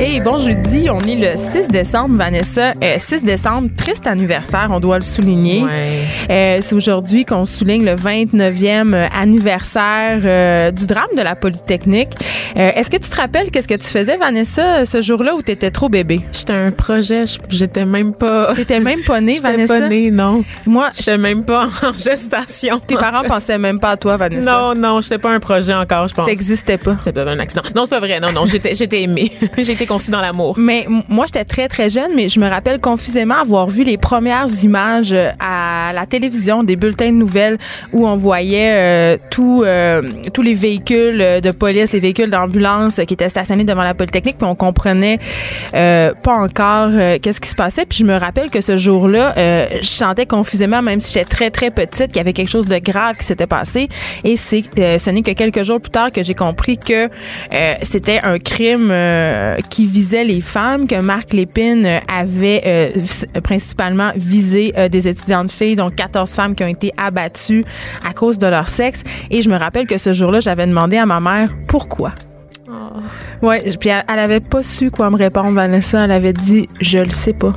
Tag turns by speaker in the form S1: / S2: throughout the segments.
S1: Hey, bon jeudi, on est le 6 décembre, Vanessa. Euh, 6 décembre, triste anniversaire, on doit le souligner.
S2: Ouais.
S1: Euh, c'est aujourd'hui qu'on souligne le 29e euh, anniversaire euh, du drame de la Polytechnique. Euh, Est-ce que tu te rappelles qu'est-ce que tu faisais, Vanessa, ce jour-là où tu étais trop bébé?
S2: J'étais un projet, je- j'étais même pas.
S1: T'étais même pas née,
S2: J'étais
S1: Vanessa?
S2: pas née, non.
S1: Moi,
S2: J'étais même pas en gestation.
S1: tes parents pensaient même pas à toi, Vanessa.
S2: Non, non, j'étais pas un projet encore, je pense.
S1: T'existais pas.
S2: C'était un accident. Non, c'est pas vrai. Non, non, j'étais, j'étais aimée. j'étais conçue dans l'amour.
S1: Mais m- moi, j'étais très, très jeune, mais je me rappelle confusément avoir vu les premières images euh, à la télévision des bulletins de nouvelles où on voyait euh, tout, euh, tous les véhicules euh, de police, les véhicules d'ambulance euh, qui étaient stationnés devant la Polytechnique, puis on comprenait euh, pas encore euh, qu'est-ce qui se passait. Puis je me rappelle que ce jour-là, euh, je sentais confusément, même si j'étais très, très petite, qu'il y avait quelque chose de grave qui s'était passé. Et c'est, euh, ce n'est que quelques jours plus tard que j'ai compris que euh, c'était un crime euh, qui visait les femmes, que Marc Lépine euh, avait euh, vis- principalement visé euh, des étudiantes filles, donc 14 femmes qui ont été abattues à cause de leur sexe. Et je me rappelle que ce jour-là, j'avais demandé à ma mère pourquoi. Ouais, j- puis elle, elle avait pas su quoi me répondre, Vanessa. Elle avait dit, je le sais pas.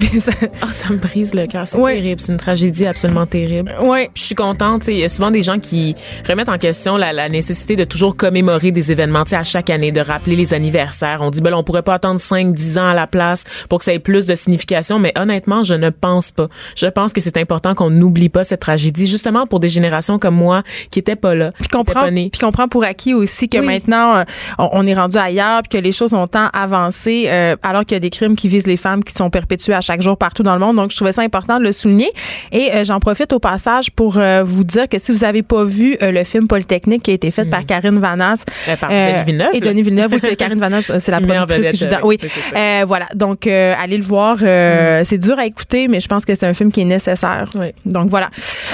S1: Puis ça-
S2: Ah, ça me brise le cœur. C'est
S1: Ouais.
S2: terrible. C'est une tragédie absolument terrible.
S1: ouais,
S2: Puis Je suis contente. tu sais, Il y a souvent des gens qui remettent en question la, la nécessité de toujours commémorer des événements tu sais, à chaque année, de rappeler les anniversaires. On dit, ben, là, on pourrait pas attendre 5, 10 ans à la place pour que ça ait plus de signification. Mais honnêtement, je ne pense pas. Je pense que c'est important qu'on n'oublie pas cette tragédie, justement pour des générations comme moi qui étaient pas là.
S1: Puis
S2: qui
S1: qu'on
S2: étaient
S1: prend,
S2: pas nées.
S1: puis qu'on prend pour acquis aussi que
S2: Oui.
S1: maintenant euh, on, on est rendu ailleurs, puis que les choses ont tant avancé, euh, alors qu'il y a des crimes qui visent les femmes qui sont perpétués à chaque jour partout dans le monde. Donc je trouvais ça important de le souligner. Et euh, j'en profite au passage pour euh, vous dire que si vous avez pas vu euh, le film Polytechnique qui a été fait par Karine Vanasse
S2: Hmm. Euh, par Denis Villeneuve,
S1: et
S2: là.
S1: Denis Villeneuve, oui, que Karine Vanasse, euh, c'est la
S2: Qui met en
S1: productrice
S2: vedette,
S1: qui joue
S2: euh,
S1: dans-
S2: oui,
S1: Oui,
S2: c'est ça. Hmm.
S1: Euh, voilà. Donc euh, allez le voir. euh, C'est dur à écouter, mais je pense que c'est un film qui est nécessaire.
S2: Oui.
S1: Donc voilà.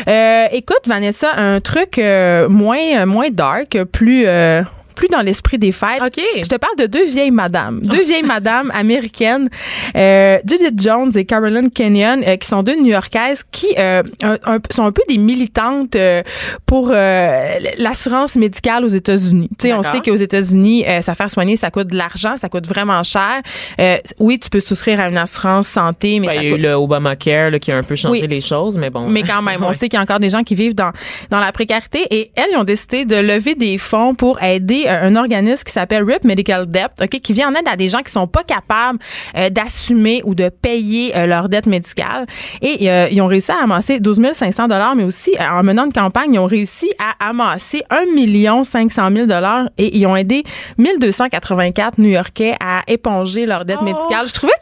S1: Euh, écoute, Vanessa, un truc euh, moins euh, moins dark, plus euh, plus dans l'esprit des fêtes.
S2: OK.
S1: Je te parle de deux vieilles madames, deux vieilles madames américaines, euh, Judith Jones et Carolyn Kenyon, euh, qui sont deux New-Yorkaises qui euh, un- un- sont un peu des militantes euh, pour euh, l'assurance médicale aux États-Unis. Tu sais, on
S2: D'accord.
S1: sait qu'aux États-Unis, euh, se faire soigner, ça coûte de l'argent, ça coûte vraiment cher. Euh, oui, tu peux souscrire à une assurance santé, mais
S2: Ben,
S1: ça
S2: il y a
S1: coûte
S2: eu le Obamacare là, qui a un peu changé
S1: Oui.
S2: les choses, mais bon.
S1: mais quand même, on sait qu'il y a encore des gens qui vivent dans, dans la précarité. Et elles, ils ont décidé de lever des fonds pour aider euh, un organisme qui s'appelle RIP Medical Debt, ok, qui vient en aide à des gens qui sont pas capables euh, d'assumer ou de payer euh, leur dette médicale. Et euh, ils ont réussi à amasser 12 500 dollars, mais aussi euh, en menant une campagne, ils ont réussi à amasser 1 million 500 000 dollars et ils ont aidé 1284 New-Yorkais à éponger leur dette
S2: Oh.
S1: médicale. Je trouvais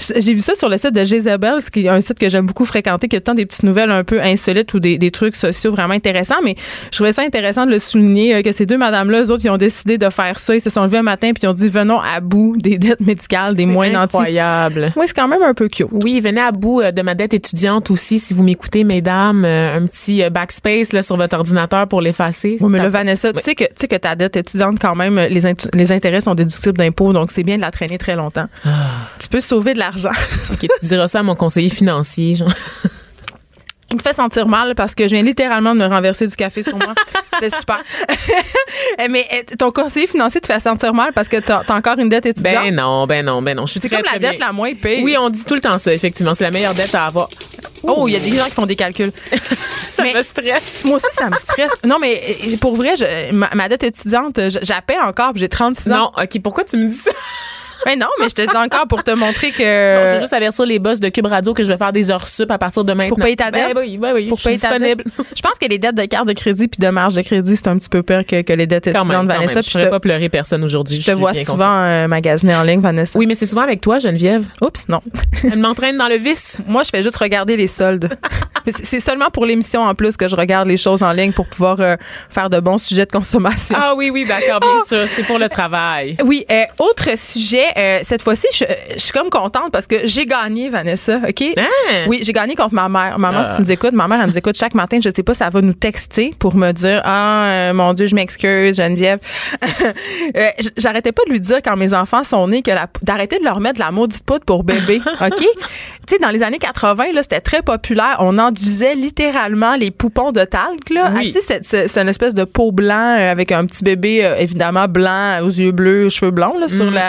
S1: je- J'ai vu ça sur le site de Jezebel, ce qui est un site que j'aime beaucoup fréquenter, qui a tant des petites nouvelles un peu insolites ou des, des trucs sociaux vraiment intéressants. Mais je trouvais ça intéressant de le souligner, euh, que ces deux madames-là, eux autres, ils ont décidé de faire ça. Ils se sont levés un matin puis ils ont dit, venons à bout des dettes médicales des
S2: C'est
S1: moins nantis.
S2: incroyable.
S1: Oui, c'est quand même un peu cute.
S2: Oui, venez à bout euh, de ma dette étudiante aussi, si vous m'écoutez, mesdames. Euh, Un petit euh, backspace là, sur votre ordinateur pour l'effacer.
S1: Oui, mais
S2: Ça-
S1: là, Vanessa, tu
S2: Oui.
S1: sais que, tu sais que ta dette étudiante, quand même, les, intu- les intérêts sont déductibles d'impôts, donc c'est bien de la traîner très longtemps.
S2: Ah.
S1: Tu peux sauver de l'argent.
S2: Ok, tu diras ça à mon conseiller financier. Genre.
S1: Il me fait sentir mal parce que je viens littéralement de me renverser du café sur moi. C'était super. Mais euh, ton conseiller financier te fait sentir mal parce que t'as t'as encore une dette étudiante.
S2: Ben non, ben non, ben non. Je suis
S1: c'est
S2: très,
S1: comme la
S2: très
S1: dette
S2: bien.
S1: la moins payée.
S2: Oui, on dit tout le temps ça, effectivement. C'est la meilleure dette à avoir.
S1: Oh, il y a des gens qui font des calculs.
S2: Ça
S1: Mais-
S2: me stresse.
S1: Moi aussi, ça me stresse. Non, mais euh, pour vrai, je- ma, ma dette étudiante, je- j'appelle encore, puis j'ai 36 ans.
S2: Non, OK, pourquoi tu me dis ça?
S1: Ben non, mais je te dis encore pour te montrer
S2: Non, je
S1: que...
S2: veux juste avertir les boss de Cube Radio que je vais faire des heures sup à partir de maintenant.
S1: Pour payer ta dette?
S2: Ben oui, ben oui,
S1: pour
S2: je suis
S1: payer ta dette.
S2: disponible.
S1: Je pense que les dettes de carte de crédit puis de marge de crédit, c'est un petit peu pire que, que les dettes
S2: Quand
S1: étudiantes,
S2: même, quand
S1: Vanessa.
S2: même.
S1: Puis
S2: Je
S1: te-
S2: ferai pas pleurer personne aujourd'hui.
S1: je te
S2: suis
S1: vois
S2: bien
S1: souvent
S2: consciente.
S1: euh, magasiner en ligne, Vanessa.
S2: Oui, mais c'est souvent avec toi, Geneviève.
S1: Oups, non.
S2: Elle m'entraîne dans le vice.
S1: Moi, je fais juste regarder les soldes. Mais c'est c'est seulement pour l'émission en plus que je regarde les choses en ligne pour pouvoir euh, faire de bons sujets de consommation.
S2: Ah oui, oui, d'accord, bien sûr. C'est pour le travail.
S1: Oui, euh, autre sujet, euh, cette fois-ci, je, je suis comme contente parce que j'ai gagné, Vanessa, OK?
S2: Hein?
S1: Oui, j'ai gagné contre ma mère. Maman,
S2: Ah.
S1: si tu nous écoutes, ma mère, elle nous écoute chaque matin. Je sais pas, ça va nous texter pour me dire, ah, euh, mon Dieu, je m'excuse, Geneviève. Euh, j- J'arrêtais pas de lui dire quand mes enfants sont nés que la- d'arrêter de leur mettre de la maudite poudre pour bébé, OK? tu sais, dans les années 80, là, c'était très populaire. On enduisait littéralement les poupons de talc, là.
S2: Oui.
S1: Assis, c'est- c'est c'est une espèce de peau blanc euh, avec un petit bébé, euh, évidemment, blanc, aux yeux bleus, aux cheveux blonds, là,
S2: Mm,
S1: sur la,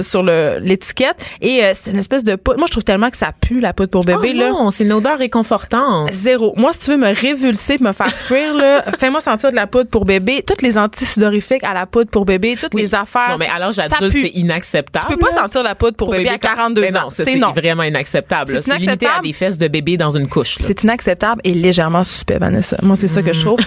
S1: sur, sur le- l'étiquette. Et euh, c'est une espèce de poudre. Moi, je trouve tellement que ça pue, la poudre pour bébé,
S2: oh
S1: là. Ah,
S2: non, c'est une odeur réconfortante.
S1: Zéro. Moi, si tu veux me révulser, me faire fuir, là, fais-moi sentir de la poudre pour bébé, toutes les antisudorifiques à la poudre pour bébé, toutes
S2: Oui.
S1: les affaires.
S2: Non, mais alors,
S1: ça
S2: j'adulte,
S1: pue.
S2: c'est inacceptable.
S1: Tu peux pas
S2: là.
S1: sentir la poudre pour, bébé, à
S2: quand-
S1: 42
S2: Mais
S1: ans.
S2: Non, ça, c'est vraiment inacceptable. là.
S1: C'est
S2: C'est limité à
S1: inacceptable.
S2: des fesses de bébé dans une couche. là.
S1: C'est inacceptable et légèrement suspect, Vanessa. Moi, c'est ça que je trouve.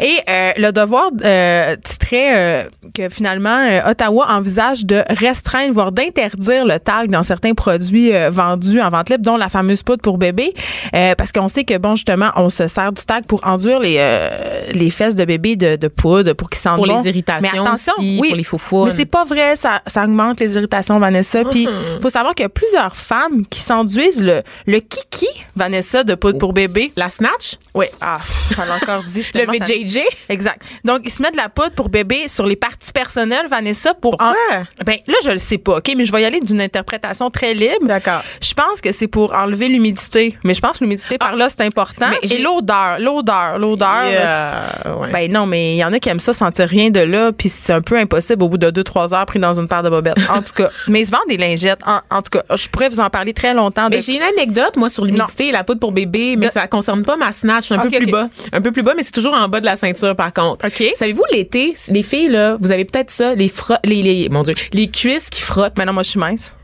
S1: Et euh, le devoir euh, titrait euh, que finalement, euh, Ottawa envisage de restreindre, voire d'interdire le talc dans certains produits euh, vendus en vente libre, dont la fameuse poudre pour bébé, Euh, parce qu'on sait que, bon, justement, on se sert du talc pour enduire les, euh, les fesses de bébé de, de poudre, pour qu'ils sentent
S2: Pour les
S1: Ah bon.
S2: irritations
S1: Mais attention,
S2: aussi,
S1: oui,
S2: pour les foufounes.
S1: Mais c'est pas vrai, ça, ça augmente les irritations, Vanessa. Puis,
S2: Hum.
S1: faut savoir qu'il y a plusieurs femmes qui s'enduisent le, le kiki, Vanessa, de
S2: Oh.
S1: poudre pour bébé.
S2: La snatch?
S1: Oui, ah, pff, je l'ai encore dit. je suis
S2: Le
S1: tellement tannée.
S2: VJJ?
S1: Exact. Donc, ils se mettent de la poudre pour bébé sur les parties personnelles, Vanessa, pour...
S2: Pourquoi?
S1: en- Ben, là, je le sais pas, OK? Mais je vais y aller d'une interprétation très libre.
S2: D'accord.
S1: Je pense que c'est pour enlever l'humidité. Mais je pense que l'humidité, par là, c'est important.
S2: Ah. mais
S1: Et
S2: j'ai-
S1: l'odeur, l'odeur, l'odeur...
S2: Yeah, ouais.
S1: Ben non, mais il y en a qui aiment ça, sentir rien de là, puis c'est un peu impossible au bout de 2-3 heures pris dans une paire de bobettes. En tout cas, mais ils se vendent des lingettes. En, en tout cas, je pourrais vous en parler très longtemps. de-
S2: Mais j'ai une anecdote, moi, sur l'humidité et la poudre pour bébé, mais
S1: De-
S2: ça concerne pas ma snatch, un
S1: Ok,
S2: peu plus
S1: ok.
S2: bas. Un peu plus bas, mais c'est toujours en bas de la ceinture, par contre.
S1: Ok.
S2: Savez-vous, l'été, les filles, là, vous avez peut-être ça, les fro- les, les, mon Dieu, les cuisses qui frottent.
S1: Mais non, moi, je suis mince.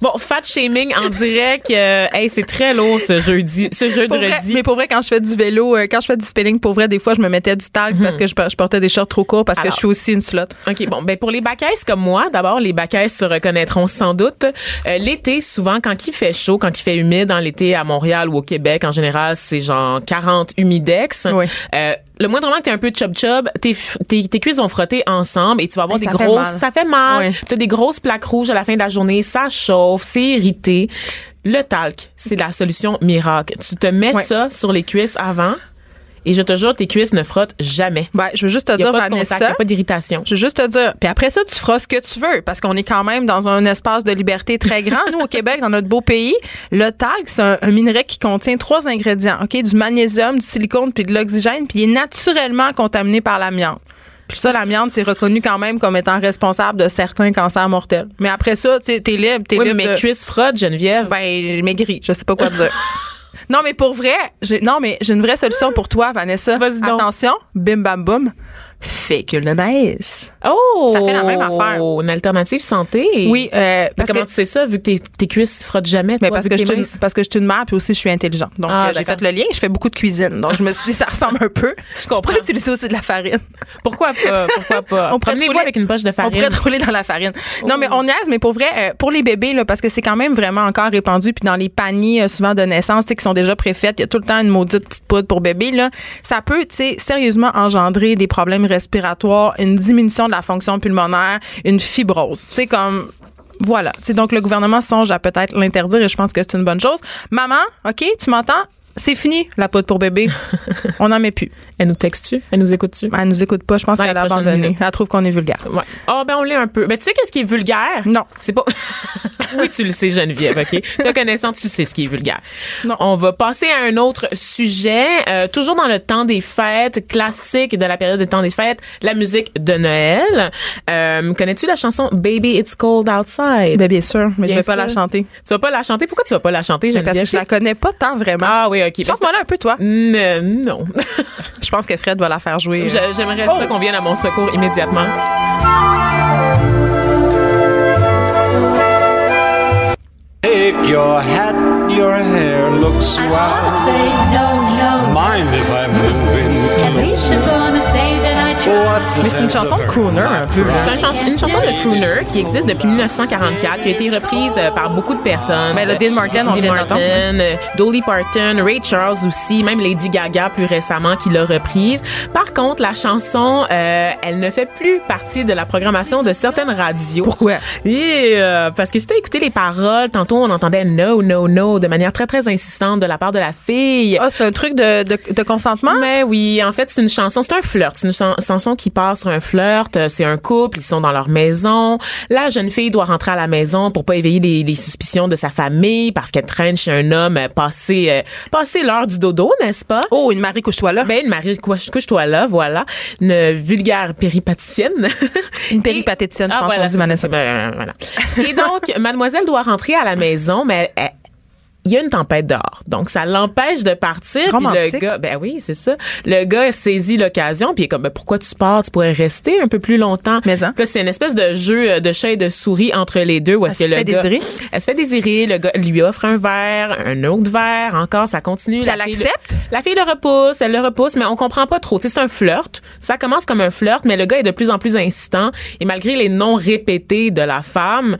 S2: Bon, fat shaming en direct, euh, hey, c'est très lourd ce jeudi, ce
S1: Pour vrai,
S2: jeudi.
S1: mais pour vrai, quand je fais du vélo, euh, quand je fais du spelling, pour vrai, des fois, je me mettais du talc parce que je, je portais des shorts trop courts parce
S2: Alors.
S1: que je suis aussi une slotte.
S2: OK, bon, ben pour les bacaisses comme moi, d'abord, les bacaisses se reconnaîtront sans doute. Euh, l'été, souvent, quand il fait chaud, quand il fait humide, en l'été à Montréal ou au Québec, en général, c'est genre 40 humidex.
S1: Oui.
S2: Euh, le moindre moment que t'es un peu chub-chub, tes, f- tes, tes cuisses vont frotter ensemble et tu vas avoir
S1: Hey,
S2: des
S1: ça fait
S2: grosses...
S1: mal.
S2: Ça fait mal.
S1: Oui.
S2: T'as des grosses plaques rouges à la fin de la journée, ça chauffe, c'est irrité. Le talc, c'est la solution miracle. Tu te mets
S1: Oui.
S2: ça sur les cuisses avant et je te jure, tes cuisses ne frottent jamais.
S1: Ben, je veux juste te
S2: Il n'y a
S1: dire,
S2: pas de
S1: Vanessa.
S2: contact, il a pas d'irritation.
S1: je veux juste te dire. Puis après ça, tu feras ce que tu veux parce qu'on est quand même dans un espace de liberté très grand. Nous, au Québec, dans notre beau pays, le talc, c'est un, un minerai qui contient trois ingrédients, OK? Du magnésium, du silicone puis de l'oxygène, puis il est naturellement contaminé par l'amiante. Puis ça, l'amiante, c'est reconnu quand même comme étant responsable de certains cancers mortels. Mais après ça, tu sais, t'es libre, t'es
S2: Oui, mais
S1: libre
S2: mes
S1: de-
S2: cuisses frottent, Geneviève.
S1: Ben, je maigris, je sais pas quoi te dire. Non, mais pour vrai, j'ai, non, mais j'ai une vraie solution pour toi, Vanessa.
S2: Vas-y donc.
S1: Attention, bim bam boum, fécule de maïs.
S2: oh!
S1: ça fait la même affaire.
S2: Une alternative santé.
S1: Oui, euh,
S2: Mais
S1: parce
S2: comment
S1: que,
S2: tu sais ça, vu que tes, tes cuisses frottent jamais?
S1: mais
S2: toi,
S1: parce,
S2: vu
S1: que je
S2: t'es
S1: suis une,
S2: mince?
S1: parce que je suis une mère puis aussi je suis intelligente. Donc,
S2: Ah,
S1: euh, j'ai
S2: d'accord.
S1: fait le lien, je fais beaucoup de cuisine. Donc, je me suis dit, ça ressemble un peu. Je
S2: comprends.
S1: utiliser aussi de la farine.
S2: Pourquoi pas? Pourquoi pas?
S1: On pourrait
S2: Promenez-vous
S1: rouler-
S2: avec une poche de
S1: On
S2: farine. Oh.
S1: pourrait te rouler dans la farine. Non, mais on niaise, mais pour vrai, euh, pour les bébés, là, parce que c'est quand même vraiment encore répandu, puis dans les paniers euh, souvent de naissance, tu sais, qui sont déjà préfaites, il y a tout le temps une maudite petite poudre pour bébé, là. Ça peut, tu sais, sérieusement engendrer des problèmes respiratoires, une diminution de la fonction pulmonaire, une fibrose. Tu sais, comme... Voilà. Tu sais, donc, le gouvernement songe à peut-être l'interdire et je pense que c'est une bonne chose. Maman, OK, tu m'entends? C'est fini, la poudre pour bébé. On n'en met plus.
S2: Elle nous texte-tu? Elle nous écoute-tu?
S1: Elle nous écoute pas. Je pense
S2: Dans
S1: qu'elle
S2: les
S1: a
S2: prochaines
S1: abandonné.
S2: minutes.
S1: Elle trouve qu'on est vulgaire.
S2: Ouais. Ah, ben on l'est un peu. Mais tu sais qu'est-ce qui est vulgaire?
S1: Non.
S2: C'est pas. oui, tu le sais, Geneviève, OK? Te connaissant, tu sais ce qui est vulgaire.
S1: Non.
S2: On va passer à un autre sujet. euh, toujours dans le temps des fêtes, classique de la période des temps des fêtes, la musique de Noël. Euh, Connais-tu la chanson Baby It's Cold Outside?
S1: Ben, bien sûr, mais
S2: Bien
S1: je vais pas
S2: sûr.
S1: la chanter.
S2: Tu vas pas la chanter? Pourquoi tu vas pas la chanter, Geneviève?
S1: Ben, Parce que je la connais pas tant vraiment.
S2: Ah oui, OK.
S1: Chante-moi là un peu, toi.
S2: Euh, non.
S1: Je pense que Fred va la faire jouer. euh,
S2: Je- J'aimerais ça qu'on vienne à mon secours immédiatement.
S3: Take your hat, your hair looks
S4: gonna
S3: wild.
S4: say no, no.
S3: Mind if I move in
S4: At
S3: close?
S4: least I'm gonna say that I tried.
S3: What's
S1: Mais c'est une chanson de crooner un peu. hein.
S2: C'est un chanson- une chanson de crooner qui existe depuis 1944, qui a été reprise euh, par beaucoup de personnes.
S1: Ben, le Dean Martin, on
S2: Dean
S1: vient de
S2: Martin,
S1: l'entendre.
S2: euh, Dolly Parton, Ray Charles aussi, même Lady Gaga plus récemment qui l'a reprise. Par contre, la chanson, euh, elle ne fait plus partie de la programmation de certaines radios.
S1: Pourquoi?
S2: Et, euh, parce que si t'as écouté les paroles, tantôt on entendait no, no, no de manière très, très insistante de la part de la fille.
S1: Ah, c'est un truc de, de, de consentement?
S2: Mais oui, en fait, c'est une chanson, c'est un flirt. C'est une chan- chanson qui part sur un flirt. Euh, C'est un couple, ils sont dans leur maison. La jeune fille doit rentrer à la maison pour pas éveiller les, les suspicions de sa famille parce qu'elle traîne chez un homme euh, passé, euh, passé l'heure du dodo, n'est-ce pas?
S1: Oh, une Marie couche-toi là.
S2: Ben, une Marie, couche- couche-toi là, voilà. Une vulgaire péripaticienne.
S1: Une péripatéticienne, je
S2: Ah,
S1: pense
S2: voilà,
S1: qu'on dit,
S2: c'est
S1: Vanessa.
S2: ça, c'est- ben, voilà. Et donc, mademoiselle doit rentrer à la maison, mais elle- elle- il y a une tempête dehors. Donc, ça l'empêche de partir. Puis
S1: Romantique.
S2: le gars, ben oui, c'est ça. Le gars saisit l'occasion, puis il est comme, ben, pourquoi tu pars? Tu pourrais rester un peu plus longtemps.
S1: Mais, hein.
S2: Puis là, c'est une espèce de jeu euh, de chat et de souris entre les deux. Où est-ce
S1: Elle
S2: que
S1: se
S2: le
S1: Ah, fait
S2: gars,
S1: désirer.
S2: Elle se fait désirer. Le gars lui offre un verre, un autre verre. Encore, ça continue.
S1: Puis elle
S2: fille
S1: accepte?
S2: le- la fille le repousse, elle le repousse, mais on comprend pas trop. Tu sais, c'est un flirt. Ça commence comme un flirt, mais le gars est de plus en plus insistant. Et malgré les noms répétés de la femme,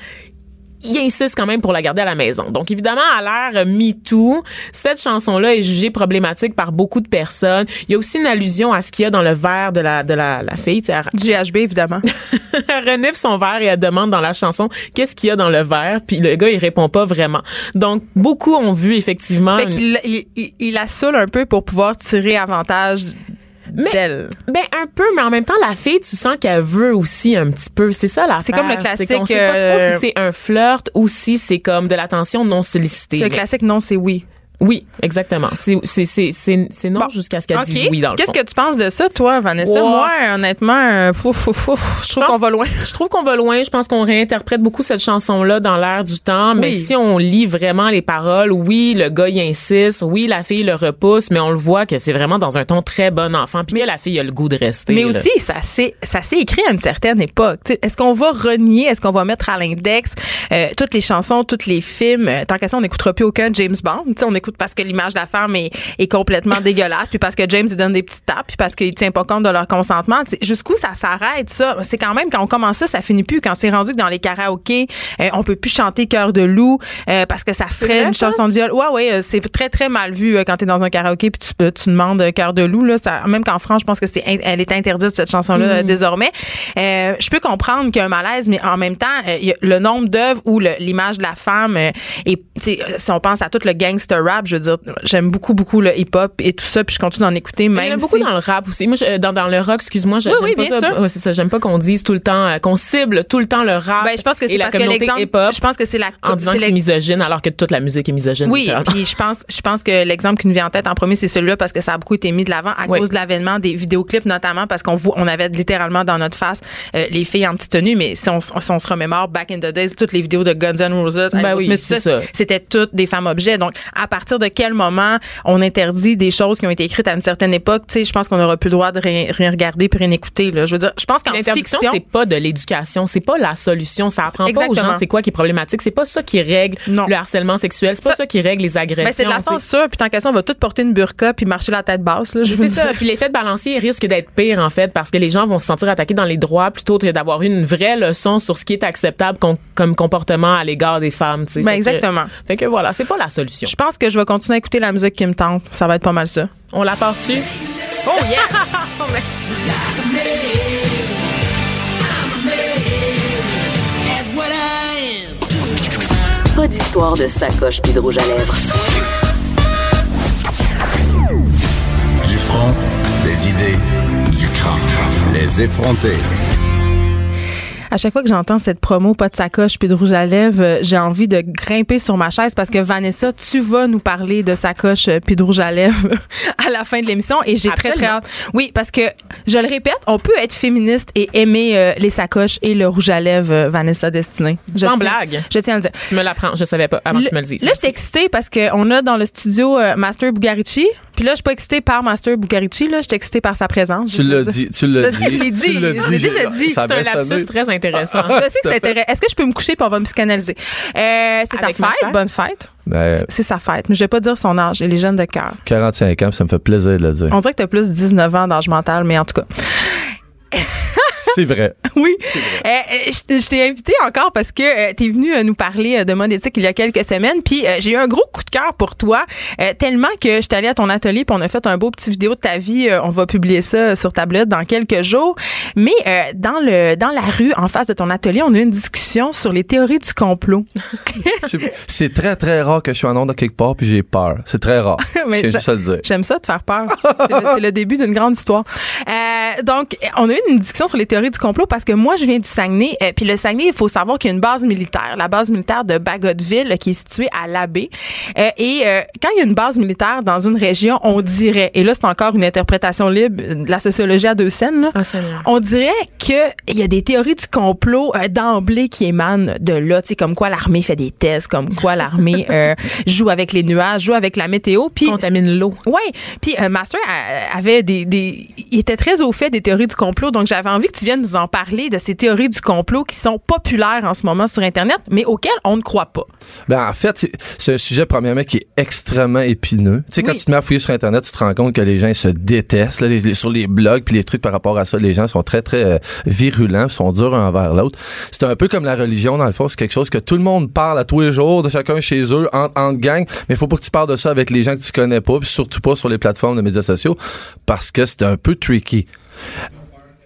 S2: il insiste quand même pour la garder à la maison. Donc évidemment, à l'ère euh, MeToo, cette chanson-là est jugée problématique par beaucoup de personnes. Il y a aussi une allusion à ce qu'il y a dans le verre de la, de la, la fille. Tu sais, elle-
S1: Du GHB, évidemment.
S2: elle renifle son verre et elle demande dans la chanson qu'est-ce qu'il y a dans le verre, puis le gars il répond pas vraiment. Donc beaucoup ont vu effectivement.
S1: fait
S2: une-
S1: qu'il il, il- il la saoule un peu pour pouvoir tirer avantage d'elle.
S2: Ben un peu, mais en même temps la fille tu sens qu'elle veut aussi un petit peu. C'est ça la.
S1: C'est comme le
S2: C'est qu'on
S1: classique,
S2: sait pas trop
S1: euh,
S2: si c'est un flirt ou si c'est comme de l'attention non sollicitée.
S1: C'est le
S2: Mais-
S1: classique non, c'est oui.
S2: Oui, exactement. C'est c'est c'est c'est c'est non
S1: Bon.
S2: jusqu'à ce qu'elle
S1: Ok.
S2: dise oui dans le
S1: Qu'est-ce
S2: fond.
S1: que tu penses de ça, toi, Vanessa?
S2: Wow.
S1: Moi, honnêtement, euh, fou, fou, fou, je trouve
S2: pense-
S1: qu'on va loin.
S2: Je trouve qu'on va loin. Je pense qu'on réinterprète beaucoup cette chanson-là dans l'air du temps. Mais
S1: Oui.
S2: si on lit vraiment les paroles, oui, le gars y insiste, oui, la fille le repousse, mais on le voit que c'est vraiment dans un ton très bon enfant. Puis que la fille a le goût de rester.
S1: Mais
S2: là.
S1: aussi, ça s'est ça s'est écrit à une certaine époque. Tu sais, Est-ce qu'on va renier, est-ce qu'on va mettre à l'index euh, toutes les chansons, tous les films? Euh, tant qu'à ça, on n'écoutera plus aucun James Bond. Tu sais, on écoute parce que l'image de la femme est, est complètement dégueulasse, puis parce que James lui donne des petites tapes, puis parce qu'il tient pas compte de leur consentement. Tu sais, Jusqu'où ça s'arrête, ça? C'est quand même, quand on commence ça, ça finit plus. Quand c'est rendu que dans les karaokés, euh, on peut plus chanter Cœur de loup euh, parce que ça serait
S2: vrai,
S1: une
S2: ça?
S1: chanson de viol. Ouais, ouais, euh, c'est très, très mal vu euh, quand t'es dans un karaoké puis tu, peux- tu demandes euh, Cœur de loup. Là, ça, même qu'en France, je pense que c'est in- elle est interdite, cette chanson-là,
S2: Mm.
S1: euh, désormais. Euh, je peux comprendre qu'il y a un malaise, mais en même temps, euh, il y a le nombre d'œuvres où le- l'image de la femme, euh, et tu sais, euh, si on pense à tout le gangster rap, je veux dire, j'aime beaucoup, beaucoup le hip-hop et tout ça, puis je continue d'en écouter,
S2: Mais
S1: même
S2: il y en a beaucoup
S1: si-
S2: dans le rap aussi. Moi, je- euh, dans, dans le rock, excuse-moi, je-
S1: Oui,
S2: j'aime
S1: oui,
S2: pas
S1: bien
S2: ça.
S1: sûr.
S2: Ouais, c'est ça. J'aime pas qu'on dise tout le temps, euh, qu'on cible tout le temps le rap
S1: Ben, je pense que
S2: et
S1: c'est
S2: la
S1: parce que
S2: communauté
S1: l'exemple,
S2: hip-hop
S1: je pense que c'est la
S2: en disant
S1: c'est
S2: que c'est
S1: l'ex-
S2: misogyne alors que toute la musique est misogyne.
S1: Oui,
S2: littéralement.
S1: puis je pense, je pense que l'exemple qui nous vient en tête en premier, c'est celui-là parce que ça a beaucoup été mis de l'avant à
S2: Oui.
S1: cause de l'avènement des vidéoclips, notamment parce qu'on voit, on avait littéralement dans notre face euh, les filles en petite tenue, mais si on, s- si on se remémore back in the days, toutes les vidéos de Guns N' Roses,
S2: Ben
S1: Aerosmith,
S2: oui,
S1: tout
S2: c'est ça.
S1: c'était toutes des femmes objets. Donc, à partir de quel moment on interdit des choses qui ont été écrites à une certaine époque, tu sais, je pense qu'on n'aura plus le droit de rien, rien regarder puis rien écouter. Là. Je veux dire, je pense qu'en
S2: L'interdiction,
S1: fiction,
S2: c'est pas de l'éducation, c'est pas la solution. Ça apprend pas aux
S1: Exactement.
S2: gens c'est quoi qui est problématique. C'est pas ça qui règle
S1: Non.
S2: le harcèlement sexuel. C'est pas ça,
S1: Ça-
S2: qui règle les agressions.
S1: ben, c'est de la
S2: C'est-
S1: censure, puis tant qu'à ça, on va toutes porter une burqa puis marcher la tête basse. Là, je veux
S2: C'est ça.
S1: dire.
S2: Puis l'effet de balancier risque d'être pire, en fait, parce que les gens vont se sentir attaqués dans les droits plutôt que d'avoir eu une vraie leçon sur ce qui est acceptable com- comme comportement à l'égard des femmes. tu sais.
S1: Ben,
S2: Fait que-
S1: exactement.
S2: fait que voilà, c'est pas la solution.
S1: Je pense que je vais continuer à écouter la musique qui me tente. Ça va être pas mal ça.
S2: On la part-tu?
S1: Oh yeah!
S5: Pas d'histoire de sacoche puis de rouge à lèvres.
S6: Du front, des idées, du crâne. Les effronter.
S1: à chaque fois que j'entends cette promo, pas de sacoche puis de rouge à lèvres, euh, j'ai envie de grimper sur ma chaise parce que Vanessa, tu vas nous parler de sacoche euh, puis de rouge à lèvres à la fin de l'émission et j'ai très très
S2: Absolument.
S1: hâte. Oui, parce que je le répète, on peut être féministe et aimer euh, les sacoches et le rouge à lèvres, euh, Vanessa Destinée. Je
S2: Sans
S1: tiens-
S2: blague.
S1: Je tiens à le dire.
S2: Tu me l'apprends. Je savais pas avant que tu me le dises.
S1: Là, j'étais excitée parce qu'on a dans le studio euh, Master Bugarici. Puis là, je suis pas excitée par Master Bugarici. Là, j'étais excitée par sa présence.
S4: Tu l'as dit, tu
S1: Je
S4: l'as dit.
S1: sais, je l'ai dit,
S4: Tu l'as dit.
S1: je l'ai déjà
S4: j'ai-
S1: dit,
S4: Ça
S2: C'est un
S4: avait
S2: lapsus
S4: sonné. Ah,
S2: très intéressant.
S1: Je sais que c'est intéressant. Est-ce que je peux me coucher pour on va me psychanalyser? Euh, c'est ta
S2: Avec
S1: fête.
S2: Master?
S1: Bonne fête.
S4: Ben,
S1: C'est sa fête. Mais je vais pas dire son âge. Elle est jeune de cœur.
S4: 45 ans, puis ça me fait plaisir de le dire.
S1: On dirait que t'as plus 19 ans d'âge mental, mais en tout cas.
S4: C'est vrai.
S1: Oui. Euh, euh, je je t'ai invité encore parce que tu es venu nous parler euh, de mode éthique il y a quelques semaines. Puis euh, j'ai eu un gros coup de cœur pour toi, euh, tellement que je suis allée à ton atelier puis on a fait un beau petit vidéo de ta vie. Euh, on va publier ça sur ta blog dans quelques jours. Mais euh, dans le dans la rue, en face de ton atelier, on a eu une discussion sur les théories du complot.
S4: C'est- C'est très, très rare que je suis en onde à quelque part puis j'ai peur. C'est très rare.
S1: Mais
S4: Je tiens
S1: j'a-
S4: juste à le dire.
S1: J'aime ça te faire peur. C'est le, c'est le début d'une grande histoire. Euh, donc, on a eu une discussion sur les théories du complot parce que moi, je viens du Saguenay. euh, Puis le Saguenay, il faut savoir qu'il y a une base militaire, la base militaire de Bagotville, euh, qui est située à l'Abbé. Euh, et euh, quand il y a une base militaire dans une région, on dirait, et là, c'est encore une interprétation libre euh, de la sociologie à deux scènes, là,
S2: Ah, Seigneur.
S1: on dirait que il y a des théories du complot euh, d'emblée qui émanent de là, tu sais comme quoi l'armée fait des tests, comme quoi l'armée euh, joue avec les nuages, joue avec la météo, puis
S2: Contamine l'eau.
S1: Ouais, puis euh, Master euh, avait des, des il était très au fait des théories du complot, donc j'avais envie que tu viennes nous en parler de ces théories du complot qui sont populaires en ce moment sur internet, mais auxquelles on ne croit pas.
S4: Ben, en fait, c'est- c'est un sujet, premièrement, qui est extrêmement épineux. Tu sais, quand
S1: Oui.
S4: tu te mets à fouiller sur Internet, tu te rends compte que les gens ils se détestent. là, les- les- sur les blogs, puis les trucs par rapport à ça, les gens sont très, très euh, virulents, puis sont durs un envers l'autre. C'est un peu comme la religion, dans le fond. C'est quelque chose que tout le monde parle à tous les jours, de chacun chez eux, entre, entre gangs. Mais faut pas que tu parles de ça avec les gens que tu connais pas, puis surtout pas sur les plateformes de médias sociaux, parce que c'est un peu tricky.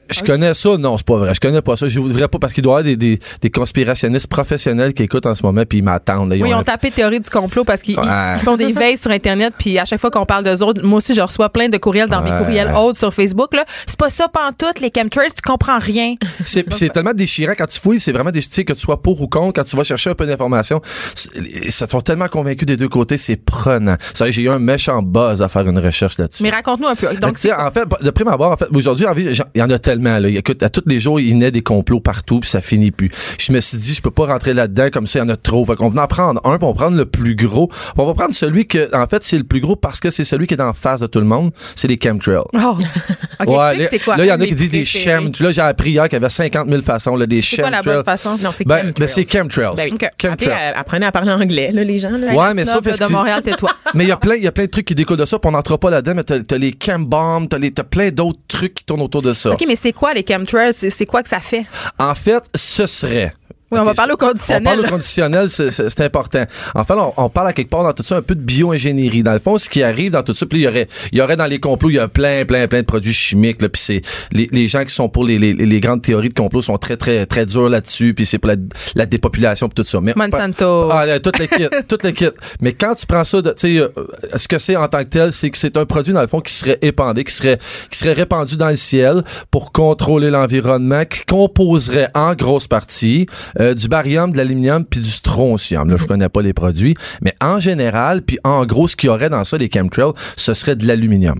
S1: Ah
S4: Je connais ça, non, c'est pas vrai. Je connais pas ça. Je voudrais pas parce qu'il doit y avoir des, des, des conspirationnistes professionnels qui écoutent en ce moment puis ils m'attendent. là. Ils
S1: Oui,
S4: ont
S1: on
S4: un-
S1: tapait théorie du complot parce qu'ils ils-
S4: Ouais.
S1: ils font des veilles sur internet puis à chaque fois qu'on parle d'eux autres, moi aussi je reçois plein de courriels dans mes
S4: Ouais.
S1: courriels autres sur Facebook là, c'est pas ça pantoute les chemtrails, tu comprends rien.
S4: C'est pis c'est tellement déchirant quand tu fouilles, c'est vraiment des tu sais, que tu sois pour ou contre, quand tu vas chercher un peu d'informations, c'est- ça te sont tellement convaincus des deux côtés, c'est prenant. Ça, j'ai eu un méchant buzz à faire une recherche là-dessus.
S1: Mais raconte-nous un peu.
S4: Mais
S1: Donc
S4: tu sais, en fait, de prime abord, en fait, aujourd'hui, en vie, j'en- il y en a tellement, là. Écoute, à tous les jours, il naît des complots partout, puis ça finit plus. Je me suis dit, je peux pas rentrer là-dedans comme ça, il y en a trop. Fait qu'on venait en prendre un, puis on va prendre le plus gros. Puis on va prendre celui que, en fait, c'est le plus gros parce que c'est celui qui est en face de tout le monde, c'est les chemtrails.
S1: Oh. OK, explique
S4: Ouais, là-
S1: c'est quoi
S4: Là, il y en a
S2: Mes
S4: qui disent des
S2: préférés.
S4: chem. Tu- Là, j'ai appris hier qu'il y avait 50 000 façons, là, des
S1: C'est quoi la bonne
S4: chemtrails.
S1: façon
S2: Non, c'est
S4: Ben, ben,
S2: chemtrails.
S4: c'est chemtrails.
S2: Ben oui.
S1: Ok. euh.
S4: Chemtrails.
S2: Apprenez à, apprenez à parler anglais, là, les gens. Là.
S4: Ouais, mais ça,
S1: Snob
S4: fait ce
S1: de
S4: qui-
S1: Montréal, tais-toi.
S4: Mais il y a plein, il y a plein de trucs qui découlent de ça, puis on n'entre pas là-dedans, mais t'as t'as les chem bombs, t'as les- t'as plein d'autres trucs qui tournent autour de ça.
S1: OK, mais c'est quoi les chemtrails? C'est c'est quoi que ça fait?
S4: En fait, ce serait.
S1: Oui, on
S4: Ok,
S1: va parler au conditionnel.
S4: On parle au conditionnel, c'est- c'est c'est important. En fait, on, on parle à quelque part dans tout ça un peu de bio-ingénierie. Dans le fond, ce qui arrive dans tout ça, puis il y aurait, il y aurait dans les complots, il y a plein, plein, plein de produits chimiques. Là, puis c'est les, les gens qui sont pour les, les, les grandes théories de complot sont très, très, très durs là-dessus. Puis c'est pour la, la dépopulation, puis tout ça. Mais on-
S1: Monsanto.
S4: ah, là, tout le kit, tout le kit. Mais quand tu prends ça, de- tu sais, euh, ce que c'est en tant que tel, c'est que c'est un produit dans le fond qui serait épandé, qui serait qui serait répandu dans le ciel pour contrôler l'environnement, qui composerait en grosse partie euh, du barium, de l'aluminium puis du strontium. Là, je connais pas les produits, mais en général, puis en gros, ce qu'il y aurait dans ça, les chemtrails, ce serait de l'aluminium.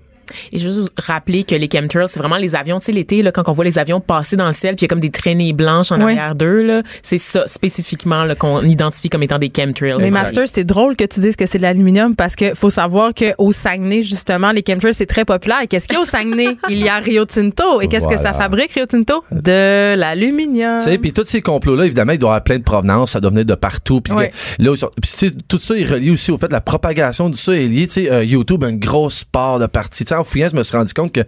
S2: Et je veux juste vous rappeler que les chemtrails, c'est vraiment les avions, tu sais, l'été, là, quand on voit les avions passer dans le ciel, puis il y a comme des traînées blanches en
S1: Oui.
S2: arrière d'eux, là, c'est ça spécifiquement là, qu'on identifie comme étant des chemtrails.
S1: Mais Master, c'est drôle que tu dises que c'est de l'aluminium parce que faut savoir qu'au Saguenay, justement, les chemtrails, c'est très populaire. Et qu'est-ce qu'il y a au Saguenay? Il y a Rio Tinto. Et qu'est-ce que ça
S4: Voilà.
S1: fabrique, Rio Tinto? De l'aluminium.
S4: Tu sais, puis tous ces complots-là, évidemment, ils doivent avoir plein de provenance, ça doit venir de partout. Puis
S1: Ouais.
S4: là, là, ils sont- puis tu sais, tout ça est relié aussi au fait de la propagation de ça est lié. Tu sais, euh, YouTube a une grosse part de partie. Tu sais, en fouillant, je me suis rendu compte que